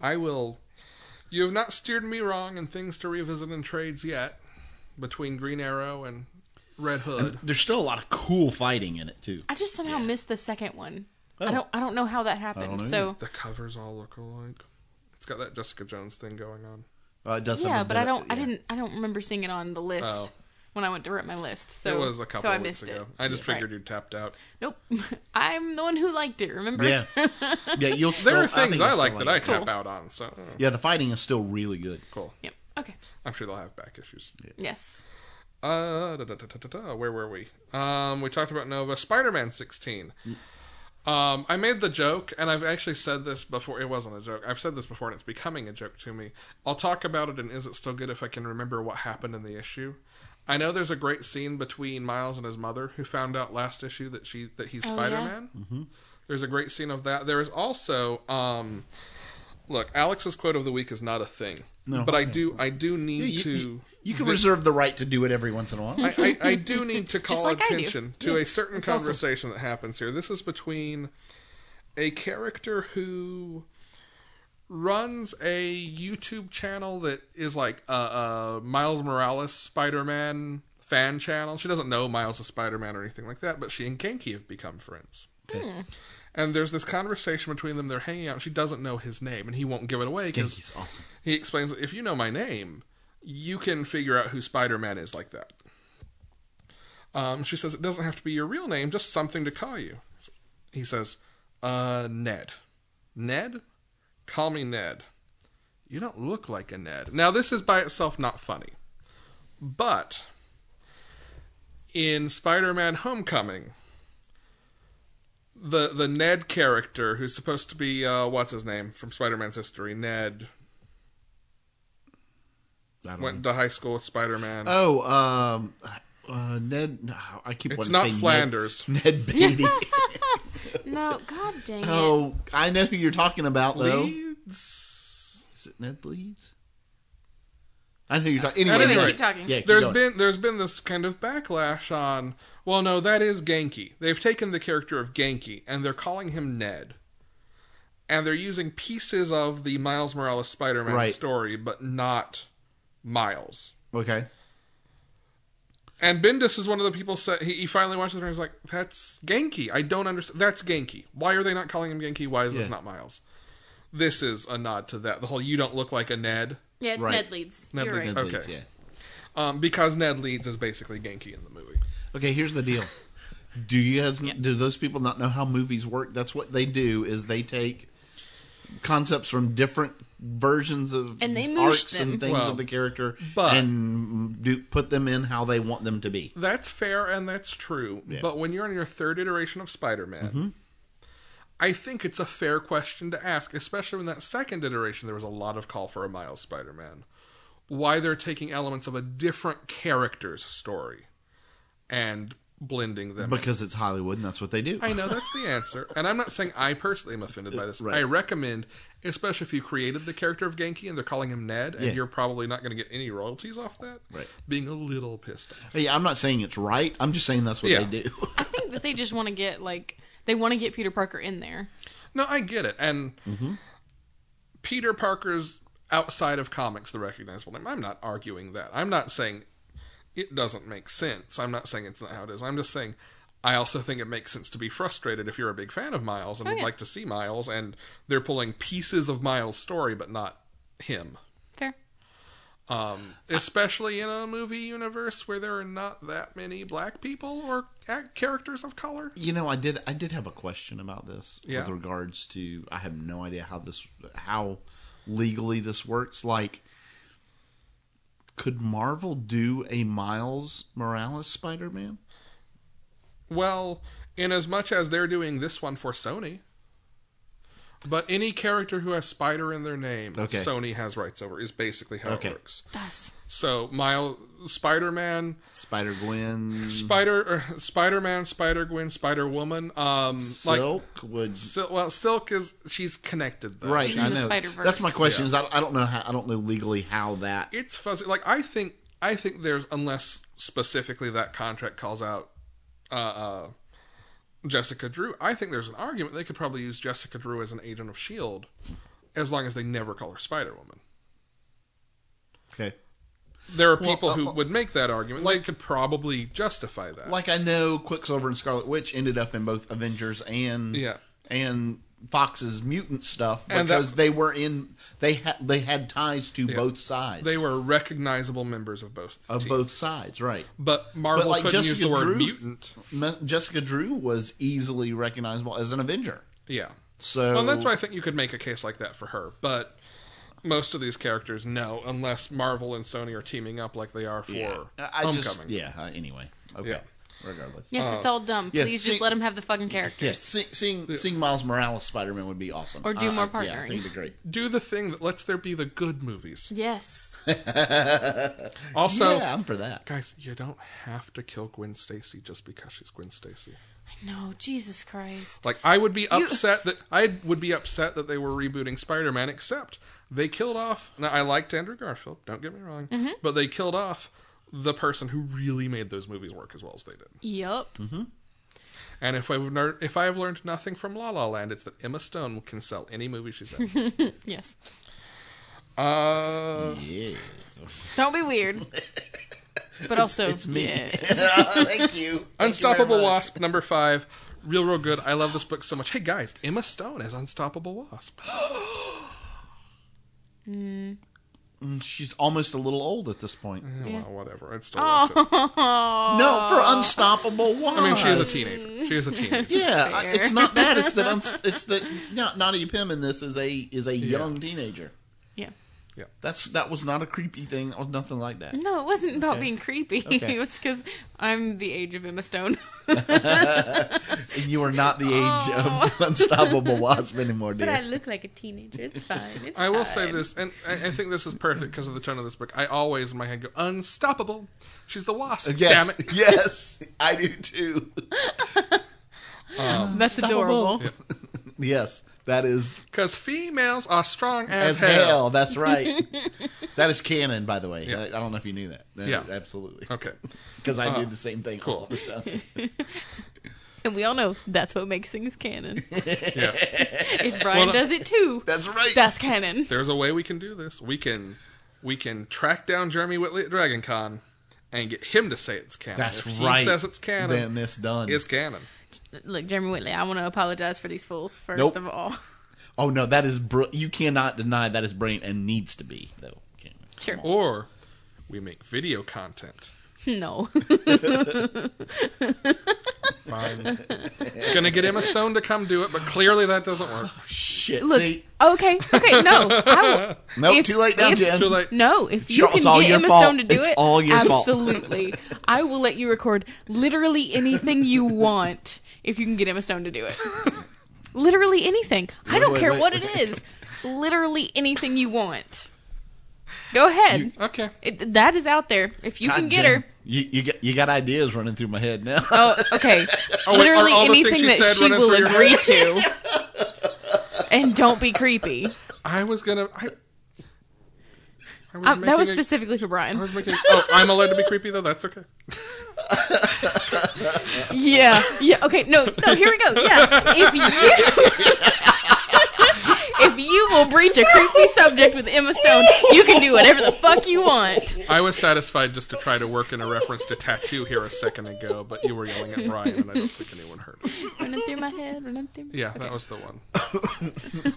I will. You have not steered me wrong in things to revisit in trades yet between Green Arrow and Red Hood. There's still a lot of cool fighting in it too. I just somehow missed the second one. Oh. I don't. I don't know how that happened. know So The covers all look alike. It's got that Jessica Jones thing going on. Uh, it does. have yeah, a but bit I of- don't. I yeah. didn't. I don't remember seeing it on the list Oh. when I went to write my list. So it was a couple so I of weeks missed ago. it. I just Right. figured you tapped out. Nope. I'm the one who liked it. Remember? Yeah, yeah. You'll. Still, There are think things you'll I, still like that I it. tap Cool. out on, so uh, Yeah, the fighting is still really good. cool. Yep. Okay. I'm sure they'll have back issues. Yes. Uh, da, da, da, da, da, da. where were we? Um, we talked about Nova Spider-Man 16. Um, I made the joke, and I've actually said this before. It wasn't a joke. I've said this before, and it's becoming a joke to me. I'll talk about it, and is it still good if I can remember what happened in the issue? I know there's a great scene between Miles and his mother, who found out last issue that she that he's Oh, yeah? Spider-Man. There's a great scene of that. There is also, um, look, Alex's quote of the week is not a thing, No. but I do I do need You, to. you- you can vi- reserve the right to do it every once in a while. I, I, I do need to call like I do. attention to a certain awesome. conversation that happens here. This is between a character who runs a YouTube channel that is like a, a Miles Morales Spider Man fan channel. She doesn't know Miles is Spider Man or anything like that, but she and Genki have become friends. Hmm. And there's this conversation between them. They're hanging out. She doesn't know his name, and he won't give it away Genki's because awesome. he explains if you know my name, you can figure out who Spider Man is like that. Um, she says, It doesn't have to be your real name, just something to call you. He says, Uh, Ned. Ned? Call me Ned. You don't look like a Ned. Now, this is by itself not funny. But in Spider Man Homecoming, the, the Ned character, who's supposed to be, uh, what's his name from Spider Man's history? Ned I don't know. went to high school with Spider Man. Oh, um, uh, Ned. I keep. it's wanting not to say Flanders. Ned, Ned Beatty. No. God dang it. oh, I know who you're talking about though. Leeds. Is it Ned Leeds? I know who you're talking. At Anyway, any yeah. rate, talking. Yeah, keep There's going. been there's been this kind of backlash on. Well, no, that is Genki. They've taken the character of Genki and they're calling him Ned, and they're using pieces of the Miles Morales Spider-Man Right. story, but not Miles. okay. And Bendis is one of the people said he, he finally watches it and he's like, "That's Genki. I don't understand. That's Genki. Why are they not calling him Genki? Why is Yeah. this not Miles?" This is a nod to that. The whole "you don't look like a Ned" Yeah. It's Right. Ned Leeds. Ned You're Leeds. right. Ned Okay. Leeds, yeah. um, because Ned Leeds is basically Genki in the movie. Okay, here's the deal. Do you guys do those people not know how movies work? That's what they do is they take concepts from different versions of And they moosh arcs them. and things Well, of the character but- and do, put them in how they want them to be. That's fair and that's true. But when you're on your third iteration of Spider Man, I think it's a fair question to ask, especially in that second iteration, there was a lot of call for a Miles Spider Man. Why they're taking elements of a different character's story and blending them. Because it's Hollywood and that's what they do. I know that's the answer. And I'm not saying I personally am offended by this. Right. I recommend, especially if you created the character of Genki and they're calling him Ned, and Yeah. you're probably not going to get any royalties off that, Right. being a little pissed off. Hey, I'm not saying it's right. I'm just saying that's what Yeah. they do. I think that they just want to get like they want to get Peter Parker in there. No, I get it. And Peter Parker's outside of comics the recognizable name. I'm not arguing that. I'm not saying it doesn't make sense. I'm not saying it's not how it is. I'm just saying I also think it makes sense to be frustrated if you're a big fan of Miles and Oh, would yeah. like to see Miles and they're pulling pieces of Miles' story but not him. Fair. Um, especially in a movie universe where there are not that many black people or ac- characters of color. You know, I did. I did have a question about this Yeah. with regards to. I have no idea how this, how legally this works. Like, could Marvel do a Miles Morales Spider-Man? Well, in as much as they're doing this one for Sony, but any character who has Spider in their name, Okay. Sony has rights over. Is basically how Okay. it works. That's So Miles, Spider Man, Spider Gwen, Spider er, Spider Man, Spider Gwen, Spider Woman. Um, like Silk would. Sil- well, Silk is she's connected though. Right, She's- I the know. Spider-Verse. That's my question. Yeah. Is I, I don't know. How, I don't know legally how that. it's fuzzy. Like I think I think there's unless specifically that contract calls out uh, uh, Jessica Drew. I think there's an argument they could probably use Jessica Drew as an agent of Shield, E as long as they never call her Spider Woman. Okay. There are Well, people who uh, would make that argument. they could probably justify that. Like I know, Quicksilver and Scarlet Witch ended up in both Avengers and Yeah. and Fox's mutant stuff And that- because they were in. They had they had ties to both sides. they were recognizable members of both of teams. both sides, right? but Marvel But, like, couldn't use Jessica the word Drew- mutant. Me- Jessica Drew was easily recognizable as an Avenger. Yeah. So Well, that's why I think you could make a case like that for her, but most of these characters, no, unless Marvel and Sony are teaming up like they are for Yeah. I I Homecoming. just yeah. uh, Anyway, okay. Yeah. Regardless. yes, it's all dumb. Oh. yeah, Please see- just let him have the fucking characters. Yeah, see, seeing seeing Miles Morales Spider Man would be awesome. Or do more Yeah, I partnering. think it'd be great. Do the thing that lets there be the good movies. Yes. Also, yeah, I'm for that. guys, you don't have to kill Gwen Stacy just because she's Gwen Stacy. No, Jesus Christ. Like I would be upset that I would be upset that they were rebooting Spider-Man, except they killed off. Now I liked Andrew Garfield. Don't get me wrong, Mm-hmm. but they killed off the person who really made those movies work as well as they did. Yup. And if I've learned, if I have learned nothing from La La Land, it's that Emma Stone can sell any movie she's in. Yes. uh, Yeah. Don't be weird. But also, It's me. yeah. Thank you. Unstoppable Wasp number five, real real good. I love this book so much. Hey guys, Emma Stone as Unstoppable Wasp. She's almost a little old at this point. Oh, well, whatever. I'd still watch it. Oh. No, for Unstoppable Wasp. I mean, she is a teenager. She is a teenager. Yeah, I- Fair. it's not that. It's that. Uns- it's that. Not Nadia Pym in this is a is a young teenager. Yeah. That's that was not a creepy thing. It was nothing like that. No, it wasn't about being creepy. Okay. it was because I'm the age of Emma Stone. And you are not the age of Unstoppable Wasp anymore, dear. but I look like a teenager. It's fine. It's I will say fine. this, and I, I think this is perfect because of the tone of this book. I always in my head go, "Unstoppable." She's the wasp. Uh, yes, Damn it. yes, I do too. That's adorable. yes, that is Because females are strong as, as hell. hell. That's right. that is canon, by the way. I, I don't know if you knew that. That- Yeah. Uh, absolutely. Okay. Because I do the same thing all the time. And we all know that's what makes things canon. Yes. If Brian no- does it too, That's right. that's canon. there's a way we can do this. We can we can track down Jeremy Whitley at Dragon Con and get him to say it's canon. That's if right. He says it's canon. Then it's done. it's canon. Look, Jeremy Whitley, I want to apologize for these fools first Nope. of all. oh no, that is br- you cannot deny that is brilliant and needs to be though. Can't- Sure. Or we make video content. No. Fine. It's gonna get Emma Stone to come do it, but clearly that doesn't work. Shit. Look. See, Okay. Okay. No. I will- nope. If- too late now, if- Jen. Too late. No, if you your- can it's all get your Emma fault. Stone to do It's it, all your fault. absolutely. I will let you record literally anything you want if you can get Emma Stone to do it. literally anything. I don't wait, care wait, what it is. Literally anything you want. Go ahead. Okay. it, that is out there. If you God, can get Jen, her. You, you got you got ideas running through my head now. Oh, okay. Oh, wait, literally are all the things anything she that said she running will through your agree to. and don't be creepy. I was gonna I, I was Um, that was making a- specifically for I Brian. was making, oh, I'm allowed to be creepy though. That's okay. Yeah. Yeah. Okay. No. No. Here we go. Yeah. If you if you you will breach a creepy subject with Emma Stone, you can do whatever the fuck you want. I was satisfied just to try to work in a reference to tattoo here a second ago, but you were yelling at Brian, and I don't think anyone heard. It. Running through my head, running through. Yeah, that was the one.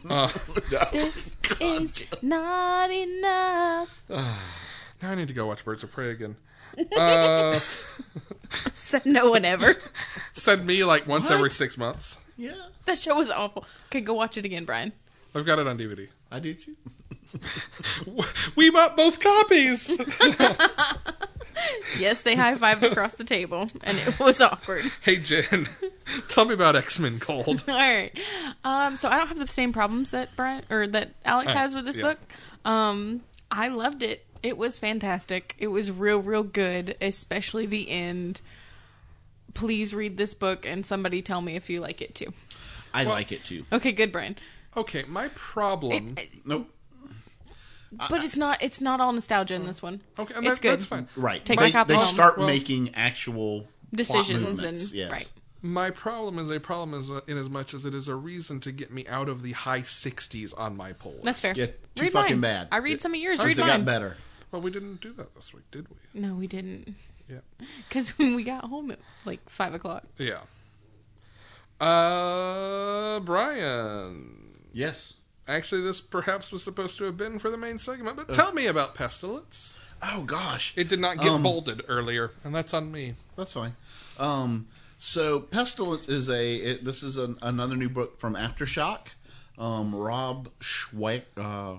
This is not enough. Now I need to go watch Birds of Prey again. Uh, Said no one ever. send me like once every six months. Yeah, That show was awful. Okay, go watch it again, Brian. I've got it on DVD. I do too. We bought both copies. Yes, they high fived across the table, and it was awkward. hey Jen, tell me about X Men Cold. All right. Um, so I don't have the same problems that Brian or that Alex All right, has with this yeah. book. Um, I loved it. It was fantastic. It was real, real good, especially the end. Please read this book and somebody tell me if you like it too. I like it too. Okay, good, Brian. Okay, my problem. Nope. But it's not it's not all nostalgia in this one. Mm. okay, and it's that, good. that's fine. Right. Take they, my copy They home. start Well- making actual plot Decisions and movements, yes. right. My problem is a problem is in as much as it is a reason to get me out of the high sixties on my poll. That's fair. Yeah, too read fucking mine. bad. I read some of yours. Sometimes Read it mine. got better. Well, we didn't do that this week, did we? No, we didn't. Yeah. Because when we got home at like five o'clock. Yeah. Uh, Brian. Yes. Actually, this perhaps was supposed to have been for the main segment, but tell me about pestilence. Oh gosh. It did not get Um, bolded earlier, and that's on me. That's fine. Um, so pestilence is a it, this is an, another new book from AfterShock. Um, Rob Schwag, uh,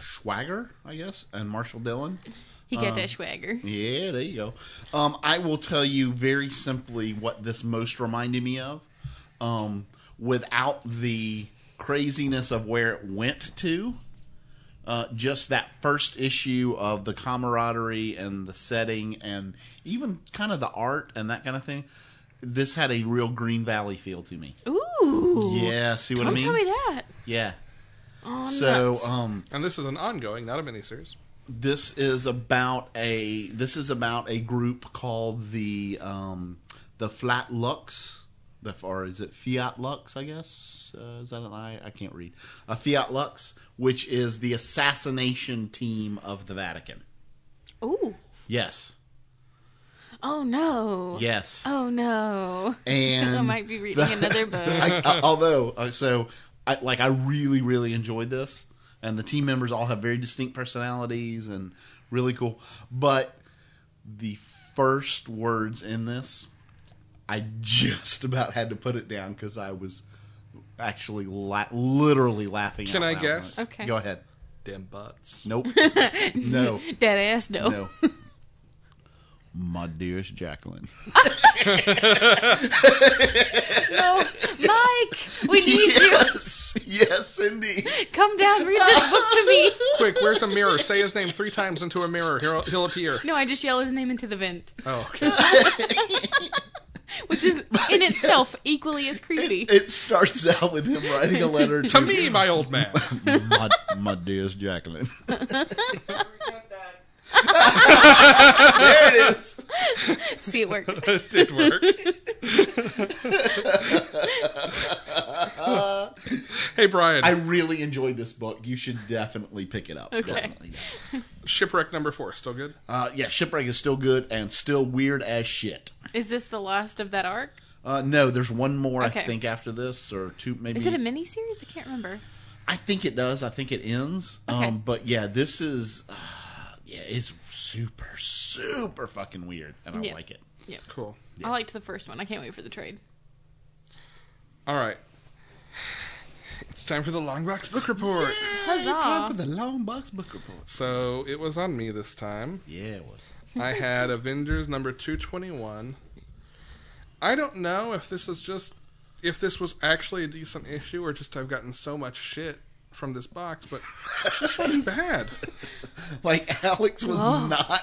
Schwager, I guess, and Marshall Dillon. He got that swagger. Uh. Yeah, there you go. Um, I will tell you very simply what this most reminded me of, um, without the craziness of where it went to. Uh, just that first issue of the camaraderie and the setting, and even kind of the art and that kind of thing. This had a real Green Valley feel to me. Ooh. Yeah, see what Don't I mean? tell me that. Yeah. Oh, So, nuts. um, And this is an ongoing, not a miniseries. this is about a this is about a group called the um, the Flat Lux, the, or is it Fiat Lux? I guess uh, is that an I? I can't read. A Fiat Lux, which is the assassination team of the Vatican. Ooh. Yes, Oh no. yes, Oh no. and I might be reading another book. I, I, although, uh, so I, like I really, really enjoyed this, and the team members all have very distinct personalities and really cool. But the first words in this, I just about had to put it down because I was actually la- literally laughing. Can out I loud. guess? Okay. go ahead. Damn butts. Nope. no. Dead ass no. No. My dearest Jacqueline. No. Mike, we need yes. Yes, indeed. you. Come down, read this book to me. Quick, where's a mirror? Say his name three times into a mirror. He'll, he'll appear. No, I just yell his name into the vent, Oh, okay. which is in itself equally as creepy. It starts out with him writing a letter to me, my old man. my, my dearest Jacqueline. there it is. See, it worked. it did work. hey, Brian. I really enjoyed this book. You should definitely pick it up. Okay. Definitely. Shipwreck number four, still good? Uh, yeah, Shipwreck is still good and still weird as shit. Is this the last of that arc? Uh, no, there's one more I Okay. think after this or two maybe. Is it a mini series? I can't remember. I think it does. I think it ends. Okay. Um, but yeah, this is uh, yeah, it's super super fucking weird, and I Yeah. like it. Cool. I liked the first one. I can't wait for the trade. All right. It's time for the long box book report. Huzzah! the long box book report. So it was on me this time. Yeah, it was. I had Avengers number 221. I don't know if this is just if this was actually a decent issue or just I've gotten so much shit from this box, but this wasn't bad. Like Alex was Oh. not,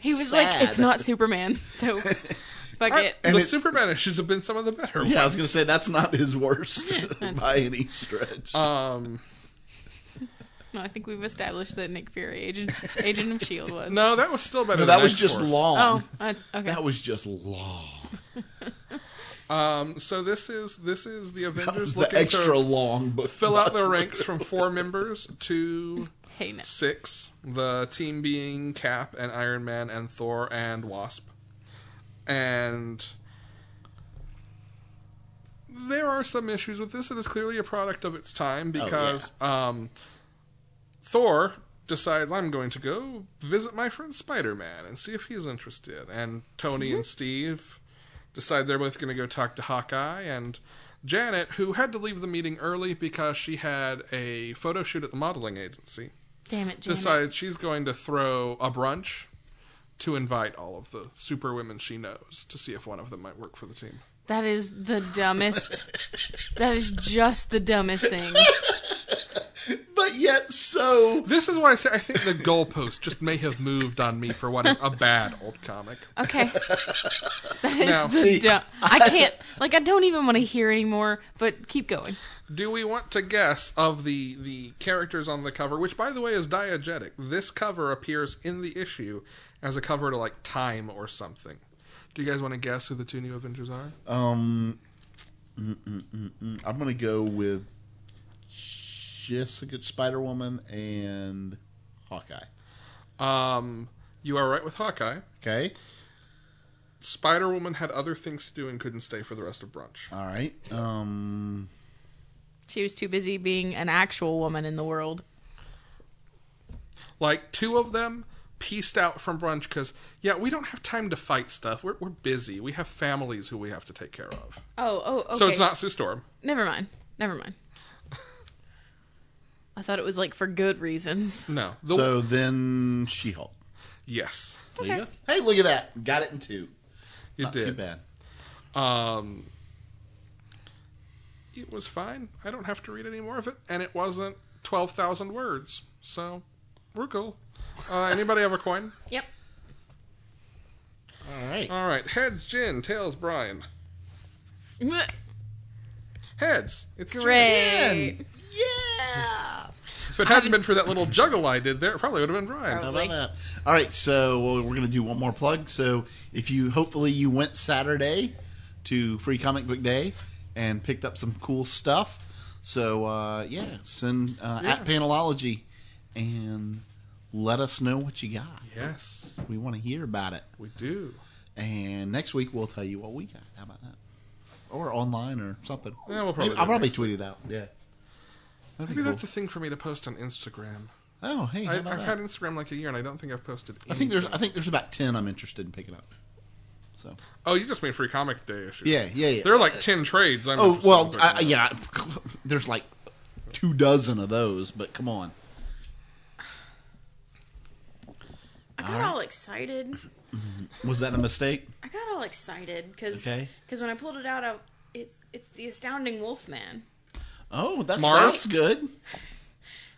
He was Sad. like, "It's not Superman." So, fuck it. the it- Superman issues have been some of the better yeah, I was gonna say that's not his worst by any stretch. Um No, I think we've established that Nick Fury, agent, agent of Shield, E was. no, that was still better No, than that was just X-Force. long. Oh, that's- okay. That was just long. Um, so this is this is the That was Avengers the looking extra to long, but fill out their ranks from four members to Hey, now. six. The team being Cap and Iron Man and Thor and Wasp. And there are some issues with this. It is clearly a product of its time because um, Thor decides I'm going to go visit my friend Spider Man and see if he's interested. And Tony and Steve decide they're both going to go talk to Hawkeye and Janet, who had to leave the meeting early because she had a photo shoot at the modeling agency Damn it, Janet. decides she's going to throw a brunch to invite all of the super women she knows to see if one of them might work for the team. That is the dumbest. that is just the dumbest thing. But yet, so This is why I say I think the goalpost just may have moved on me for what is a bad old comic. Okay. That is Now- the dumb. I can't. Like, I don't even want to hear anymore, but keep going. Do we want to guess of the the characters on the cover, which by the way is diegetic? This cover appears in the issue as a cover to like Time or something. Do you guys want to guess who the two new Avengers are? Uh, um, mm, mm, mm, mm. I'm gonna go with Jessica Spider Woman and Hawkeye. Um, you are right with Hawkeye. Okay, Spider Woman had other things to do and couldn't stay for the rest of brunch. all right. Um, She was too busy being an actual woman in the world. Like two of them pieced out from brunch because yeah, we don't have time to fight stuff. We're we're busy. We have families who we have to take care of. Oh, oh, okay. So it's not Sue Storm. Never mind. Never mind. I thought it was like for good reasons. No. The, so then She Hulk. yes, There you go. Hey, look at that. Got it in two. you Not did. too bad. Um, it was fine. I don't have to read any more of it, and it wasn't twelve thousand words. So we're cool. Uh, anybody have a coin? Yep. All right. All right, heads Jin, tails Brian. Heads. It's Jin. Great. Yeah. If it hadn't been for that little juggle I did there, it probably would have been Brian. How Like- about that? All right, so well, we're going to do one more plug. So if you hopefully you went Saturday to Free Comic Book Day and picked up some cool stuff. So uh, yeah, send uh, at Panelology and let us know what you got. Yes, We want to hear about it. we do. And next week we'll tell you what we got. How about that? Or online or something. Yeah, we'll probably Maybe- do I'll it probably tweet it out. Yeah. That'd Maybe be cool. that's a thing for me to post on Instagram. Oh, hey, how I, I've about that? had Instagram like a year, and I don't think I've posted. Anything. I think there's I think there's about ten I'm interested in picking up. So Oh, you just made free comic day issues. yeah, yeah, yeah. There are like ten trades. I'm oh interested in well, picking I, up. yeah. There's like two dozen of those, but come on. I got all excited. Was that a mistake? I got all excited because Okay. when I pulled it out, I, it's it's the astounding Wolfman. Oh, that Marv? sounds good.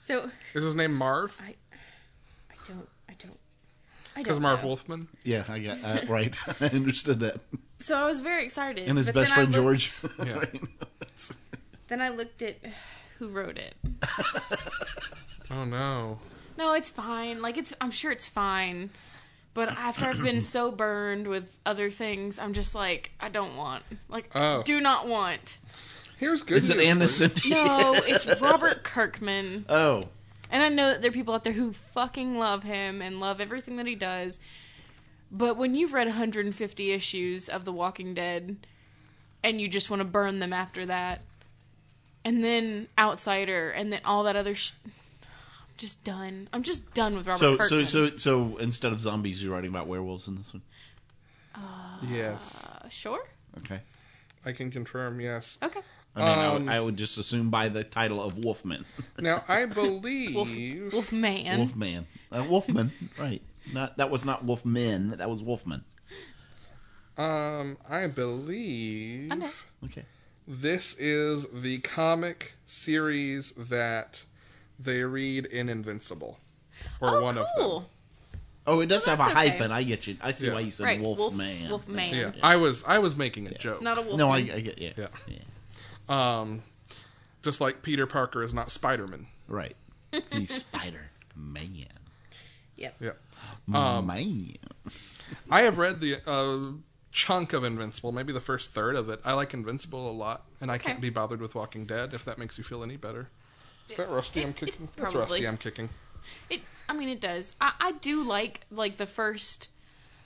So Is his name Marv? I, I don't, I don't, I don't. Because Marv know. Wolfman. Yeah, I got uh, right. I understood that. So I was very excited. And his but best then I friend looked- George. Yeah. Right. Then I looked at who wrote it. Oh no. No, it's fine. Like it's, I'm sure it's fine. But after I've been so burned with other things, I'm just like, I don't want. Like, Oh. do not want. Here's good. Is it news for you. Anderson? No, it's Robert Kirkman. Oh, And I know that there are people out there who fucking love him and love everything that he does. But when you've read 150 issues of The Walking Dead and you just want to burn them after that, and then Outsider, and then all that other sh- I'm just done. I'm just done with Robert so so Kirkman. so so instead of zombies, you're writing about werewolves in this one. Yes, Uh, sure? Okay. I can confirm. Yes. Okay. I mean, I, Um, would, I would just assume by the title of Wolfman, Now I believe. Wolfman. Wolfman, uh, Wolfman, right? Not that was not Wolfman, that was Wolfman. Um, I believe. I know. Okay. This is the comic series that they read in Invincible, or Oh, one of them. cool. Oh, it does Well, have a that's okay. hyphen. I get you. I see Yeah. why you said Right. Wolf, Wolfman. Wolfman. Yeah, I was I was making a joke. It's not a wolf. No, I, I get yeah. Yeah. Um, just like Peter Parker is not Spider Man. Right. He's Spider Man. Yep. Yeah. Man. I have read the uh, chunk of Invincible, maybe the first third of it. I like Invincible a lot, and I can't Okay. be bothered with Walking Dead. If that makes you feel any better, is that Rusty I'm kicking? That's Probably. Rusty I'm kicking. It. I mean, it does. I, I do like like the first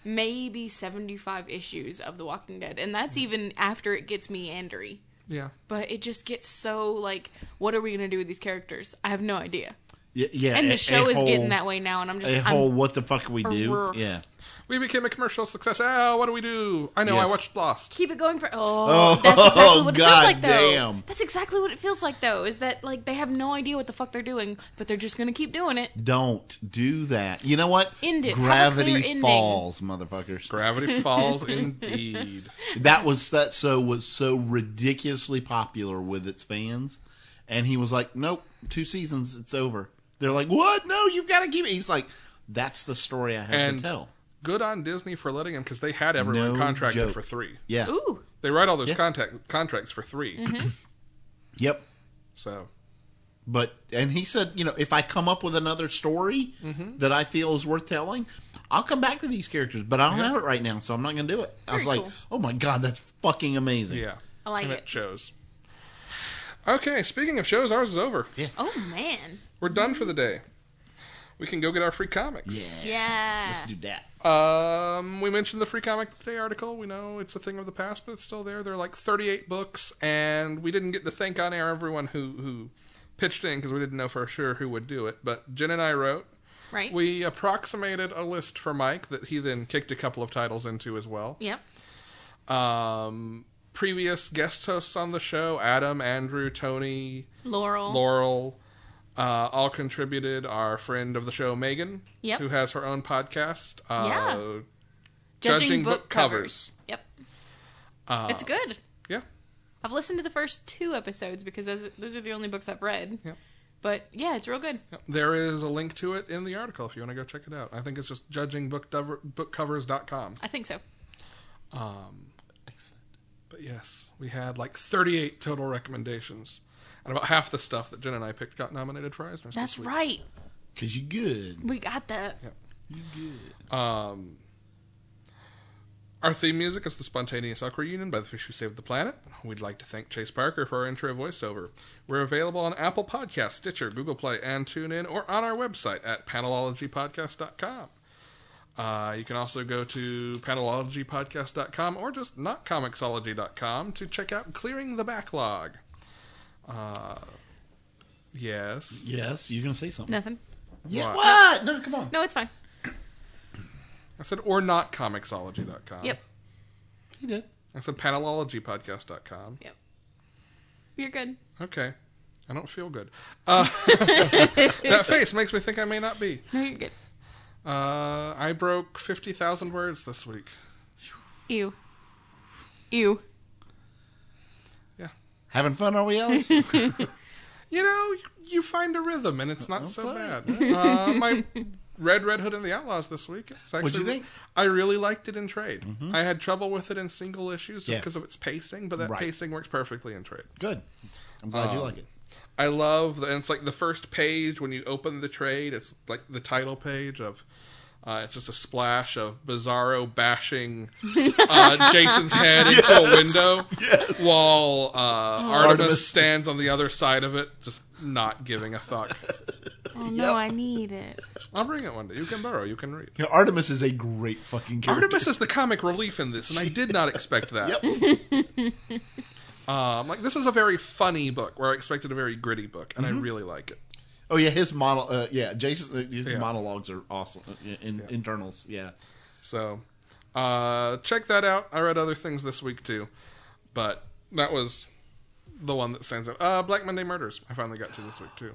maybe seventy five issues of The Walking Dead, and Mm-hmm. that's even after it gets meandery. Yeah, But it just gets so like, what are we gonna do with these characters? I have no idea. Yeah, yeah And a- the show a is whole- getting that way now, and I'm just A I'm, whole what the fuck we do? Brr. Yeah. we became a commercial success. Oh, what do we do? I know. I Yes. watched Lost. keep it going for Oh, oh, that's exactly what it feels like though. goddamn. That's exactly what it feels like though. Is that like they have no idea what the fuck they're doing, but they're just gonna keep doing it. Don't do that. You know what? End it. Have a clear Gravity ending. falls, motherfuckers. Gravity Falls, indeed. that was that show was so ridiculously popular with its fans, and he was like, "Nope, two seasons, it's over." They're like, "What? No, you've got to keep it." He's like, "That's the story I have And to tell." Good on Disney for letting him because they had everyone No contracted joke. for three. Yeah. Ooh, They write all those Yeah. contact, contracts for 3 Yep. so But and he said, you know, if I come up with another story Mm-hmm. that I feel is worth telling, I'll come back to these characters. But I don't have it right now, so I'm not going to do it. I Very was like, cool. "Oh my god, that's fucking amazing!" yeah, I like and it. it shows. Okay, speaking of shows, ours is over. Oh man, We're done for the day. We can go get our free comics. yeah. Let's do that. Um, we mentioned the free comic day article. We know it's a thing of the past, but it's still there. There are like 38 books, and we didn't get to thank on air everyone who who pitched in because we didn't know for sure who would do it. But Jen and I wrote. Right. We approximated a list for Mike that he then kicked a couple of titles into as well. Yep. um, previous guest hosts on the show Adam, Andrew, Tony, Oh. Laurel. Laurel uh, all contributed. Our friend of the show, Megan, Yep. who has her own podcast. Uh, Yeah. Judging book covers. Uh, Yep. it's good. Yeah. I've listened to the first two episodes because those, those are the only books I've read. Yep. But yeah, it's real good. Yep. There is a link to it in the article if you want to go check it out. I think it's just judgingbookcovers.com. I think so. Excellent. But yes, we had like 38 total recommendations. And about half the stuff that Jen and I picked got nominated for Eisner's. this That's week. right. Cause you good. We got that. Um, our theme music is The Spontaneous Elk Reunion by The Fish Who Saved the Planet. We'd like to thank Chase Parker for our intro voiceover. We're available on Apple Podcasts, Stitcher, Google Play, and TuneIn, or on our website at panelologypodcast.com. Uh, you can also go to panelologypodcast.com or just notcomicsology.com to check out Clearing the Backlog. Uh, yes. Yes, you're gonna say something. Nothing. Yeah. What? What? No, come on. No, it's fine. I said or notcomicsology.com. Yep. He did. I said panelologypodcast.com. You're good. Okay. I don't feel good. Uh, that face makes me think I may not be. No, you're good. Uh, I broke 50,000 words this week. Ew. Ew. Having fun, are we, Alex? You know, you find a rhythm and it's not I'm so sorry. bad. Uh, my Red Red Hood and the Outlaws this week. It's actually, you think? Mm-hmm. I really liked it in trade. I had trouble with it in single issues just Yeah. because of its pacing, but that Right. pacing works perfectly in trade. Good. I'm glad Um, you like it. I love, the, and it's like the first page when you open the trade. It's like the title page of. Uh, it's just a splash of Bizarro bashing uh, Jason's head into a window, while uh, Artemis, Artemis. stands on the other side of it, just not giving a fuck. Oh no, I need it. I'll bring it one day. You can borrow. You can read. You know, Artemis is a great fucking character. Artemis is the comic relief in this, and I did not expect that. um, like this is a very funny book where I expected a very gritty book, and I really like it. Oh yeah, his model. Uh, yeah, Jason's uh, his Yeah. monologues are awesome. uh, In, Internals, yeah. So uh, check that out. I read other things this week too, but that was the one that stands out. Uh, Black Monday Murders. I finally got to this week too.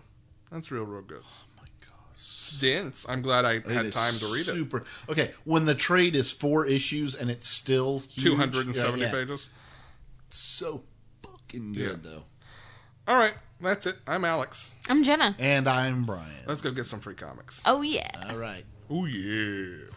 That's real, real good. Oh my gosh, dense. I'm glad I It had is time to read it. Super. Okay, when the trade is four issues and it's still huge, Two hundred and seventy yeah, yeah. pages. So fucking good though. All right, that's it. I'm Alex. I'm Jenna. And I'm Brian. Let's go get some free comics. Oh yeah. All right. Oh yeah.